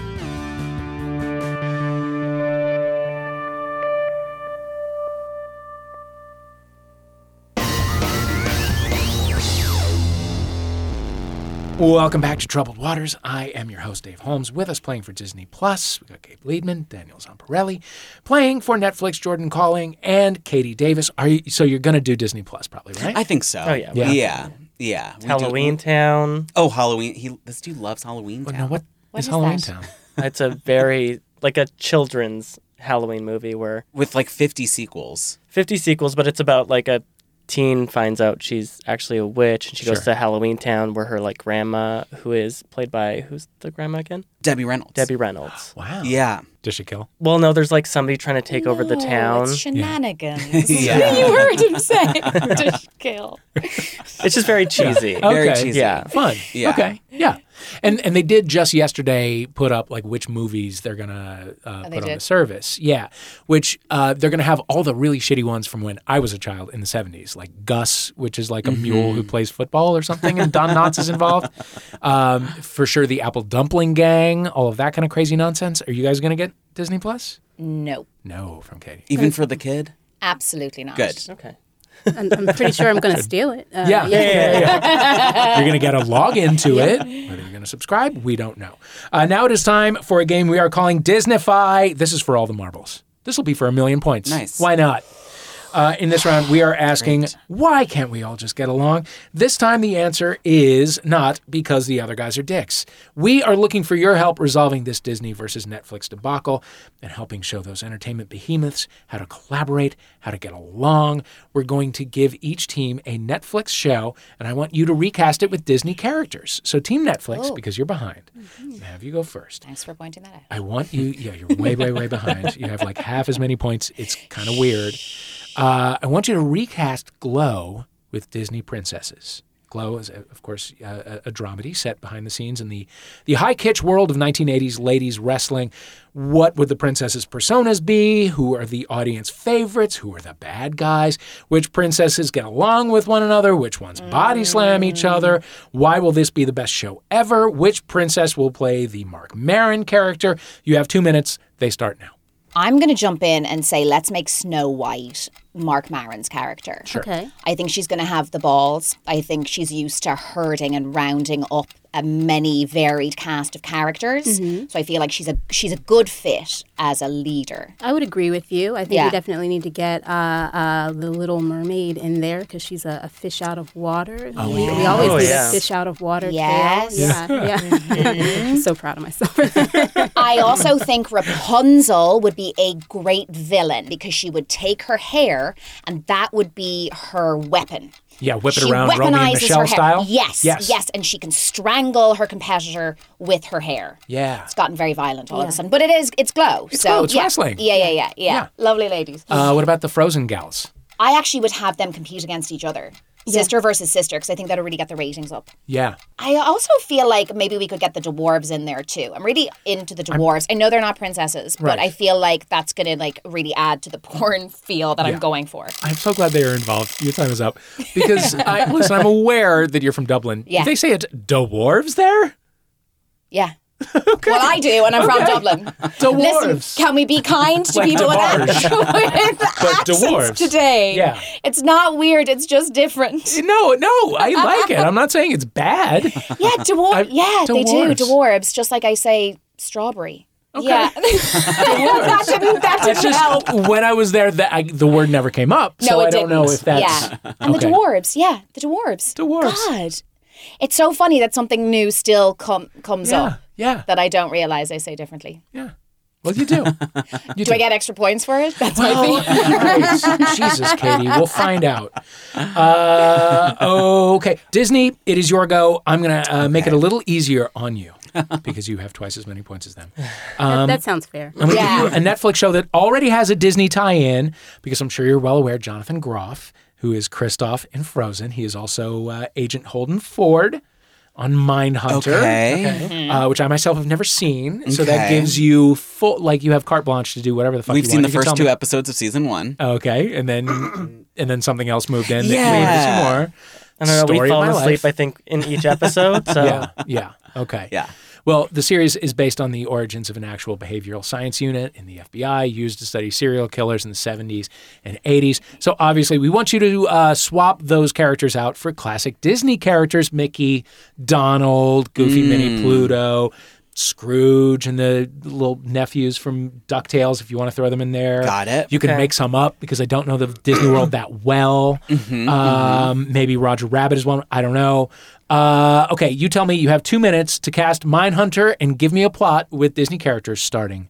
S1: Welcome back to Troubled Waters. I am your host, Dave Holmes. With us playing for Disney Plus, we got Gabe Liedman, Daniel Zamparelli, playing for Netflix, Jordan Calling, and Katie Davis. Are you, so you're going to do Disney Plus, probably, right?
S3: I think so.
S1: Oh, yeah.
S3: Yeah.
S1: Yeah.
S3: Yeah. We do-
S4: Halloween Town.
S3: Oh, Halloween. He this dude loves Halloween Town.
S1: what
S3: What is
S4: Halloween
S3: that?
S4: Town? it's a very like a children's Halloween movie where
S3: with like 50 sequels.
S4: 50 sequels, but it's about like a teen finds out she's actually a witch and she goes
S3: Sure.
S4: to Halloween Town where her like grandma who is played by who's the grandma again?
S3: Debbie Reynolds.
S4: Debbie Reynolds.
S1: wow.
S3: Yeah.
S1: Does she kill?
S4: Well, no, there's like somebody trying to take over the
S5: No,
S4: town.
S5: It's shenanigans.
S4: Yeah.
S5: you heard him say. Dish kill.
S4: It's just very cheesy.
S1: Okay.
S4: Very cheesy.
S1: Yeah. Fun.
S4: Yeah.
S1: Okay. Yeah. And and they did just yesterday put up like which movies they're gonna uh,
S16: Oh,
S1: put
S16: they
S1: on
S16: did?
S1: the service. Yeah. Which uh, they're gonna have all the really shitty ones from when I was a child in the seventies, like Gus, which is
S16: Mm-hmm.
S1: like a mule who plays football or something, and Don Knotts is involved. Um, for sure, the Apple Dumpling Gang, all of that kind of crazy nonsense. Are you guys gonna get Disney Plus?
S5: No,
S1: No, from Katie.
S3: Even for the kid.
S5: absolutely not.
S1: Good.
S4: Okay.
S2: I'm, I'm pretty sure I'm going to
S1: Good.
S2: steal it. Uh,
S1: Yeah. Yeah, yeah,
S2: yeah.
S1: You're going to get a login to it. Whether you're going to subscribe, we don't know. Uh, now it is time for a game we are calling Disneyfy. This is for all the marbles. This will be for a million points.
S16: Nice.
S1: Why not? Uh, in this round, we are asking, why can't we all just get along? This time, the answer is not because the other guys are dicks. We are looking for your help resolving this Disney versus Netflix debacle and helping show those entertainment behemoths how to collaborate, how to get along. We're going to give each team a Netflix show, and I want you to recast it with Disney characters. So, Team Netflix,
S5: Oh.
S1: because you're behind, have you go first.
S5: Thanks for pointing that out.
S1: I want you. Yeah, you're way, way, way behind. You have like half as many points. It's kind of weird. Uh, I want you to recast Glow with Disney princesses. Glow is, uh, of course, uh, a, a dramedy set behind the scenes in the, the high kitsch world of 1980s ladies wrestling. What would the princesses' personas be? Who are the audience favorites? Who are the bad guys? Which princesses get along with one another? Which ones body slam each other? Why will this be the best show ever? Which princess will play the Mark Marin character? You have two minutes. They start now.
S5: I'm going to jump in and say, let's make Snow White Mark Maron's character.
S1: Sure. Okay.
S5: I think she's going to have the balls. I think she's used to herding and rounding up a many varied cast of characters.
S4: Mm-hmm.
S5: So I feel like she's a she's a good fit as a leader.
S2: I would agree with you. I think
S5: Yeah.
S2: we definitely need to get uh, uh, the Little Mermaid in there because she's a, a fish out of water.
S5: Oh,
S2: we, we
S5: yeah.
S2: always
S5: Oh,
S2: need
S5: yes.
S2: a fish out of water. tale.
S5: Yes.
S2: Yeah. yeah. I'm so proud of myself.
S5: I also think Rapunzel would be a great villain because she would take her hair and that would be her weapon.
S1: Yeah, whip it
S5: she
S1: around Romeo and
S5: weaponizes her
S1: Michelle
S5: hair.
S1: style.
S5: Yes, yes, and she can strangle her competitor with her hair.
S1: Yeah.
S5: It's gotten very violent all of
S1: Yeah.
S5: a sudden, but it is it's glow.
S1: It's
S5: so
S1: Glow, it's
S5: yeah.
S1: wrestling.
S5: Yeah, yeah, yeah, yeah,
S1: Yeah.
S5: Lovely ladies.
S1: Uh, what about the Frozen gals?
S5: I actually would have them compete against each other, sister versus sister, because I think that'll really get the ratings up.
S1: Yeah.
S5: I also feel like maybe we could get the dwarves in there too. I'm really into the dwarves. i know they're not princesses, but
S1: Right.
S5: I feel like that's going to like really add to the porn feel that
S1: Yeah.
S5: I'm going for.
S1: I'm so glad they are involved. Your time is up. Because, I, listen, I'm aware that you're from Dublin.
S5: Yeah.
S1: They say it's dwarves there?
S5: Yeah. Well, I do, and I'm from
S1: Okay.
S5: Dublin.
S1: Dwarves.
S5: Listen, can we be kind to
S1: Like
S5: people with, ac-
S1: Debarge.
S5: with
S1: But
S5: accents
S1: dwarves.
S5: today?
S1: Yeah.
S5: It's not weird. It's just different.
S1: No, no, I like it. I'm not saying it's bad.
S5: Yeah, dwarf. Yeah, they do
S1: dwarves.
S5: dwarves. Just like I say, strawberry. Yeah. that didn't. That
S1: It's
S5: didn't
S1: just
S5: help.
S1: when I was there, that I, the word never came up.
S5: No,
S1: so
S5: it
S1: I don't know
S5: didn't.
S1: if that's.
S5: Yeah. And
S1: Okay.
S5: the dwarves, yeah, the dwarves.
S1: Dwarves.
S5: God. It's so funny that something new still com- comes
S1: Yeah,
S5: up.
S1: Yeah.
S5: That I don't realize I say differently.
S1: Yeah. Well, you do. You
S5: do I get extra points for it? That's
S1: Well,
S5: my thing.
S1: Christ. Jesus, Katie, we'll find out. Uh, okay, Disney, it is your go. I'm gonna uh, make it a little easier on you because you have twice as many points as them. Um,
S2: that sounds fair.
S1: I'm going to give you a Netflix show that already has a Disney tie-in because I'm sure you're well aware Jonathan Groff, who is Kristoff in Frozen, he is also uh, Agent Holden Ford on Mindhunter,
S3: Okay. Mhm.
S1: uh, which I myself have never seen. So that
S3: Okay.
S1: gives you full, like you have carte blanche to do whatever the fuck.
S3: We've
S1: you
S3: seen
S1: want.
S3: the
S1: You can
S3: first
S1: tell
S3: two
S1: me-
S3: episodes of season one.
S1: Okay, and then and then something else moved in.
S3: Yeah.
S1: That we need to see more.
S4: I don't know.
S1: Story
S4: We've
S1: of my
S4: fallen
S1: life.
S4: asleep, I think, in each episode. So
S1: Yeah. Yeah. Okay.
S3: Yeah.
S1: Well, the series is based on the origins of an actual behavioral science unit in the FBI used to study serial killers in the 70s and 80s. So obviously, we want you to uh, swap those characters out for classic Disney characters Mickey, Donald, Goofy,
S4: Hmm.
S1: Minnie,
S16: Mm.
S1: Pluto. Scrooge and the little nephews from DuckTales, if you want to throw them in there.
S3: Got it.
S1: You can
S3: Okay.
S1: make some up because I don't know the Disney World that well.
S3: Mhm,
S1: um, Maybe Roger Rabbit is one. I don't know. Uh, okay, you tell me you have two minutes to cast Mindhunter and give me a plot with Disney characters starting.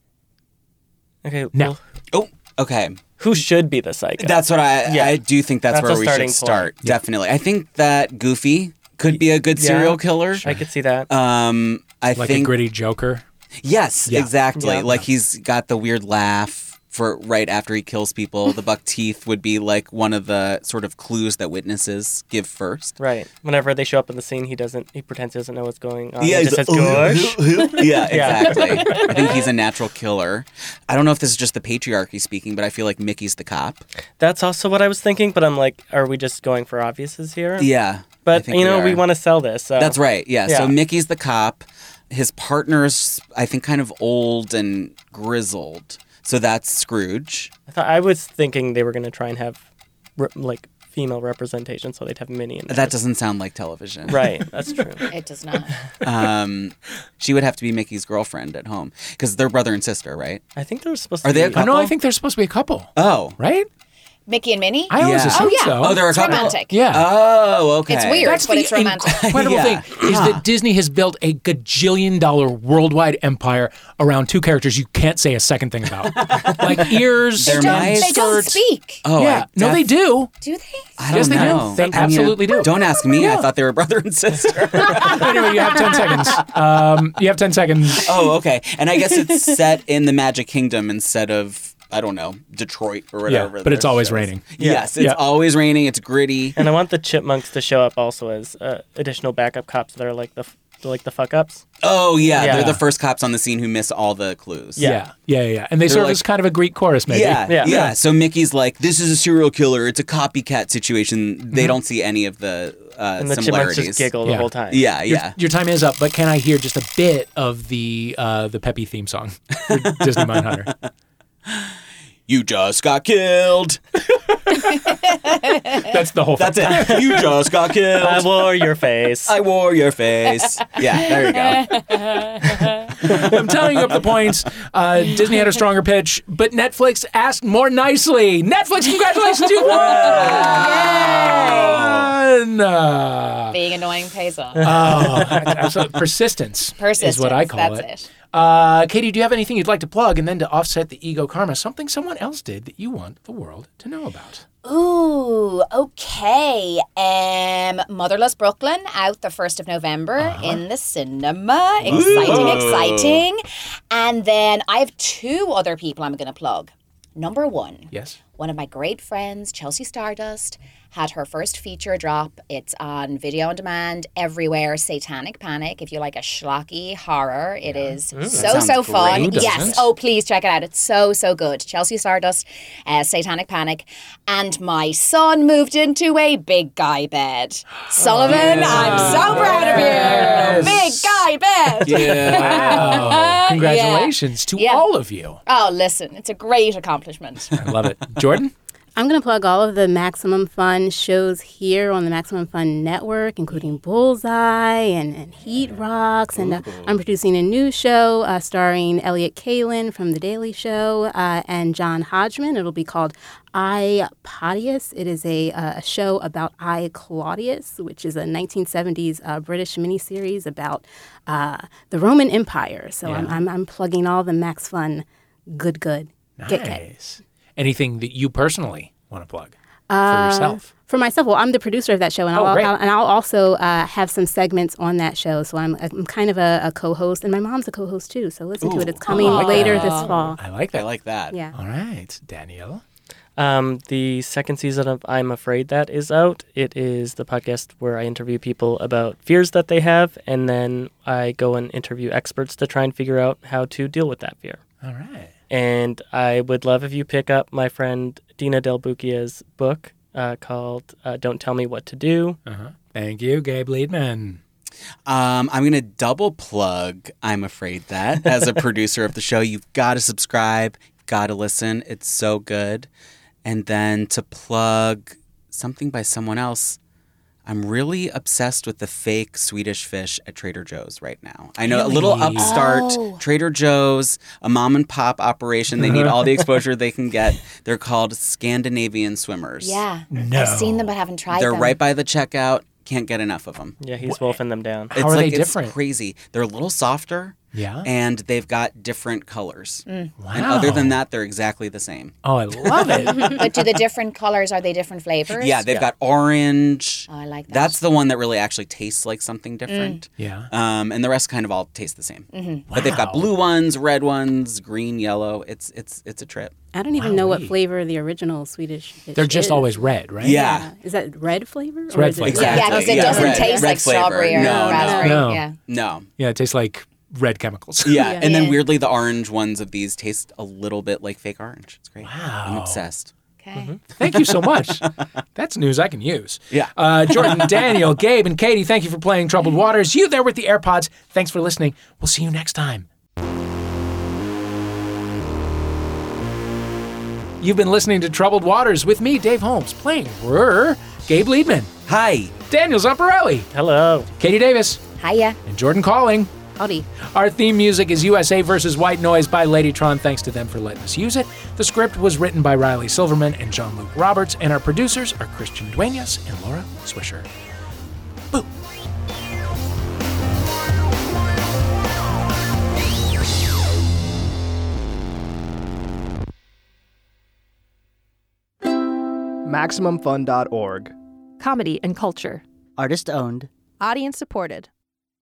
S4: Okay.
S1: Now.
S3: Oh, okay.
S4: Who should be the psycho?
S3: That's what I
S4: Yeah.
S3: I do think that's,
S4: That's
S3: where
S4: a
S3: we should
S4: starting
S3: start.
S4: point.
S3: Definitely. I think that Goofy could be a good
S4: Yeah.
S3: serial killer.
S4: I could see that.
S3: Um I
S1: Like a
S3: think
S1: gritty Joker.
S3: Yes,
S1: Yeah.
S3: exactly.
S1: Yeah.
S3: Like he's got the weird laugh for right after he kills people. the buck teeth would be like one of the sort of clues that witnesses give first.
S4: Right. Whenever they show up in the scene, he doesn't. He pretends he doesn't know what's going on.
S3: Yeah,
S4: He
S3: he's
S4: just says,
S3: like, "Oh,
S4: "Gosh."
S3: yeah, exactly. I think he's a natural killer. I don't know if this is just the patriarchy speaking, but I feel like Mickey's the cop.
S4: That's also what I was thinking, but I'm like, are we just going for obviouses here?
S3: Yeah, I
S4: But
S3: think
S4: you know,
S3: we
S4: we,
S3: are.
S4: want to sell this. So.
S3: That's right. Yeah. So Mickey's the cop. His partner's, I think, kind of old and grizzled. So that's Scrooge.
S4: I thought I was thinking they were going to try and have re- like female representation, so they'd have Minnie. And
S3: That doesn't sound like television.
S4: Right. That's true.
S5: It does not.
S3: um, she would have to be Mickey's girlfriend at home because they're brother and sister, right?
S4: I think they're supposed
S3: Are
S4: to.
S3: they a
S4: be-
S3: couple?
S1: No, I think they're supposed to be a couple.
S3: Oh,
S1: right.
S5: Mickey and Minnie?
S1: I always assumed
S5: oh, yeah.
S1: so.
S3: Oh, they're a
S5: It's
S3: couple.
S5: romantic.
S1: Yeah.
S3: Oh, okay.
S5: It's weird, but it's romantic.
S1: incredible thing is that Disney has built a gajillion dollar worldwide empire around two characters you can't say a second thing about. like ears,
S3: They're
S1: and
S3: my
S5: They don't
S1: skirts.
S5: speak.
S3: Oh,
S1: yeah.
S3: I
S1: no, they do.
S5: Do they?
S3: I don't
S1: yes, they
S3: know.
S1: do. They absolutely do.
S3: Don't ask me. I thought they were brother and sister.
S1: anyway, you have 10 seconds. Um, you have 10 seconds.
S3: oh, okay. And I guess it's set in the Magic Kingdom instead of I don't know Detroit or
S1: Yeah,
S3: whatever.
S1: but it's
S3: their
S1: always
S3: shit is.
S1: raining.
S3: Yes, it's
S1: Yeah.
S3: always raining. It's gritty.
S4: And I want the chipmunks to show up also as uh, additional backup cops that are like the f- they're like the fuck ups.
S3: Oh yeah,
S4: Yeah.
S3: they're the first cops on the scene who miss all the clues.
S1: Yeah. Yeah, yeah, yeah. And they
S3: They're
S1: serve
S3: like-
S1: as kind of a Greek chorus, maybe.
S3: Yeah, yeah, So Mickey's like, "This is a serial killer. It's a copycat situation." They
S1: Mhm.
S3: don't see any of the uh,
S4: Mm-hmm. And the chipmunks
S3: similarities.
S4: just giggle the
S1: Yeah.
S4: whole time.
S3: Yeah,
S1: Your,
S3: yeah.
S1: your time is up, but can I hear just a bit of the uh, the Peppy theme song for Disney Mindhunter?
S3: You just got killed.
S1: That's the whole.
S3: That's it. You just got killed.
S4: I wore your face.
S3: I wore your face. Yeah, there you go.
S1: I'm tallying up the points. Uh, Disney had a stronger pitch, but Netflix asked more nicely. Netflix, congratulations, you won! Uh,
S5: Being annoying pays off.
S1: oh, that's absolute persistence,
S5: Persistence.
S1: is what I call
S5: that's
S1: it. Uh, Katie, do you have anything you'd like to plug? And then to offset the ego karma, something someone else did that you want the world to know about.
S5: Ooh, okay. Um, Motherless Brooklyn out the 1st of November in the cinema. Exciting,
S17: Ooh.
S5: exciting. And then I have two other people I'm going to plug. Number one,
S1: Yes.
S5: one of my great friends, Chelsea Stardust, had her first feature drop. It's on video on demand everywhere. Satanic Panic. If you like a schlocky horror, it is
S17: Mm.
S5: so
S17: That
S5: so
S17: sounds
S5: fun.
S17: great. Who
S5: Yes.
S17: doesn't?
S5: Oh, please check it out. It's so so good. Chelsea Stardust, uh, Satanic Panic, and my son moved into a big guy bed. Sullivan,
S17: Oh,
S5: I'm so proud of you. Big guy bed.
S1: Wow.
S5: Yeah.
S1: Congratulations to
S5: Yeah.
S1: all of you.
S5: Oh, listen, it's a great accomplishment.
S1: I love it. Jordan?
S2: I'm going to plug all of the Maximum Fun shows here on the Maximum Fun Network, including Bullseye and, and Heat Rocks. And uh, I'm producing a new show uh, starring Elliot Kalin from The Daily Show uh, and John Hodgman. It'll be called I Podius. It is a, uh, a show about I Claudius, which is a 1970s uh, British miniseries about uh, the Roman Empire. So I'm,
S1: Yeah.
S2: I'm, I'm plugging all the Max Fun good, good, get, get.
S1: Nice. Anything that you personally want to plug?
S2: Uh,
S1: yourself?
S2: For myself, well, I'm the producer of that show, and
S1: Oh,
S2: I'll,
S1: great.
S2: I'll and I'll also uh, have some segments on that show. So I'm, I'm kind of a, a co-host, and my mom's a co-host too. So listen to it; it's coming
S5: Oh,
S1: I like
S2: later
S1: that.
S2: this fall.
S1: I like that. I
S3: like that.
S2: Yeah.
S1: All right, Danielle.
S4: Um, the second season of I'm Afraid That is out. It is the podcast where I interview people about fears that they have, and then I go and interview experts to try and figure out how to deal with that fear.
S1: All right.
S4: And I would love if you pick up my friend Dina Del Bucchia's book uh, called uh, Don't Tell Me What to Do.
S1: Uh-huh. Thank you, Gabe Liedman.
S3: Um, I'm going to double plug, I'm afraid that as a producer of the show, you've got to subscribe, you've got to listen. It's so good. And then to plug something by someone else, I'm really obsessed with the fake Swedish fish at Trader Joe's right now. I know a little
S16: Really?
S3: upstart
S16: Oh.
S3: Trader Joe's, a mom and pop operation. They need all the exposure they can get. They're called Scandinavian swimmers.
S5: Yeah.
S3: No.
S5: I've seen them but haven't tried
S3: They're
S5: them.
S3: right by the checkout. Can't get enough of them.
S4: Yeah, he's wolfing them down.
S3: It's like, It's crazy. They're a little softer.
S4: Yeah.
S3: And they've got different colors.
S5: Mm.
S3: And other
S1: Wow.
S3: than that, they're exactly the same.
S1: Oh, I love
S5: but do the different colors are they different flavors?
S3: yeah, they've got orange.
S5: Oh, I like that. Mm.
S3: That's the one that really actually tastes like something different.
S1: Yeah.
S3: Um, and the rest kind of all taste the same.
S5: Mhm.
S3: But they've got blue ones, red ones, green, yellow. It's it's it's a trip.
S2: I don't even know what flavor the original Swedish fish
S1: They're just
S2: is.
S1: always red, right?
S3: Yeah.
S2: Is that red flavor?
S1: It's red
S2: is
S1: flavor.
S5: Yeah, 'cause it doesn't taste like strawberry or
S3: no,
S5: raspberry,
S3: No.
S5: yeah.
S3: No.
S1: Yeah, it tastes like red chemicals.
S3: Yeah.
S5: Yeah.
S3: And then
S5: Yeah.
S3: weirdly, the orange ones of these taste a little bit like fake orange. It's great. Wow. I'm obsessed.
S5: Okay.
S1: Thank you so much. That's news I can use.
S3: Yeah.
S1: Uh, Jordan, Daniel, Gabe, and Katie, thank you for playing Troubled Waters. You there with the AirPods, thanks for listening. We'll see you next time. You've been listening to Troubled Waters with me, Dave Holmes, playing Rrr, Gabe Liedman.
S3: Hi.
S1: Daniel Zamparelli.
S4: Hello.
S1: Katie Davis.
S5: Hiya.
S1: And Jordan Calling.
S5: Howdy.
S1: Our theme music is USA versus White Noise by Ladytron. Thanks to them for letting us use it. The script was written by Riley Silverman and John Luke Roberts, and our producers are Christian Duenas and Laura Swisher.
S17: MaximumFun.org.
S15: Comedy and culture.
S18: Artist owned.
S19: Audience supported.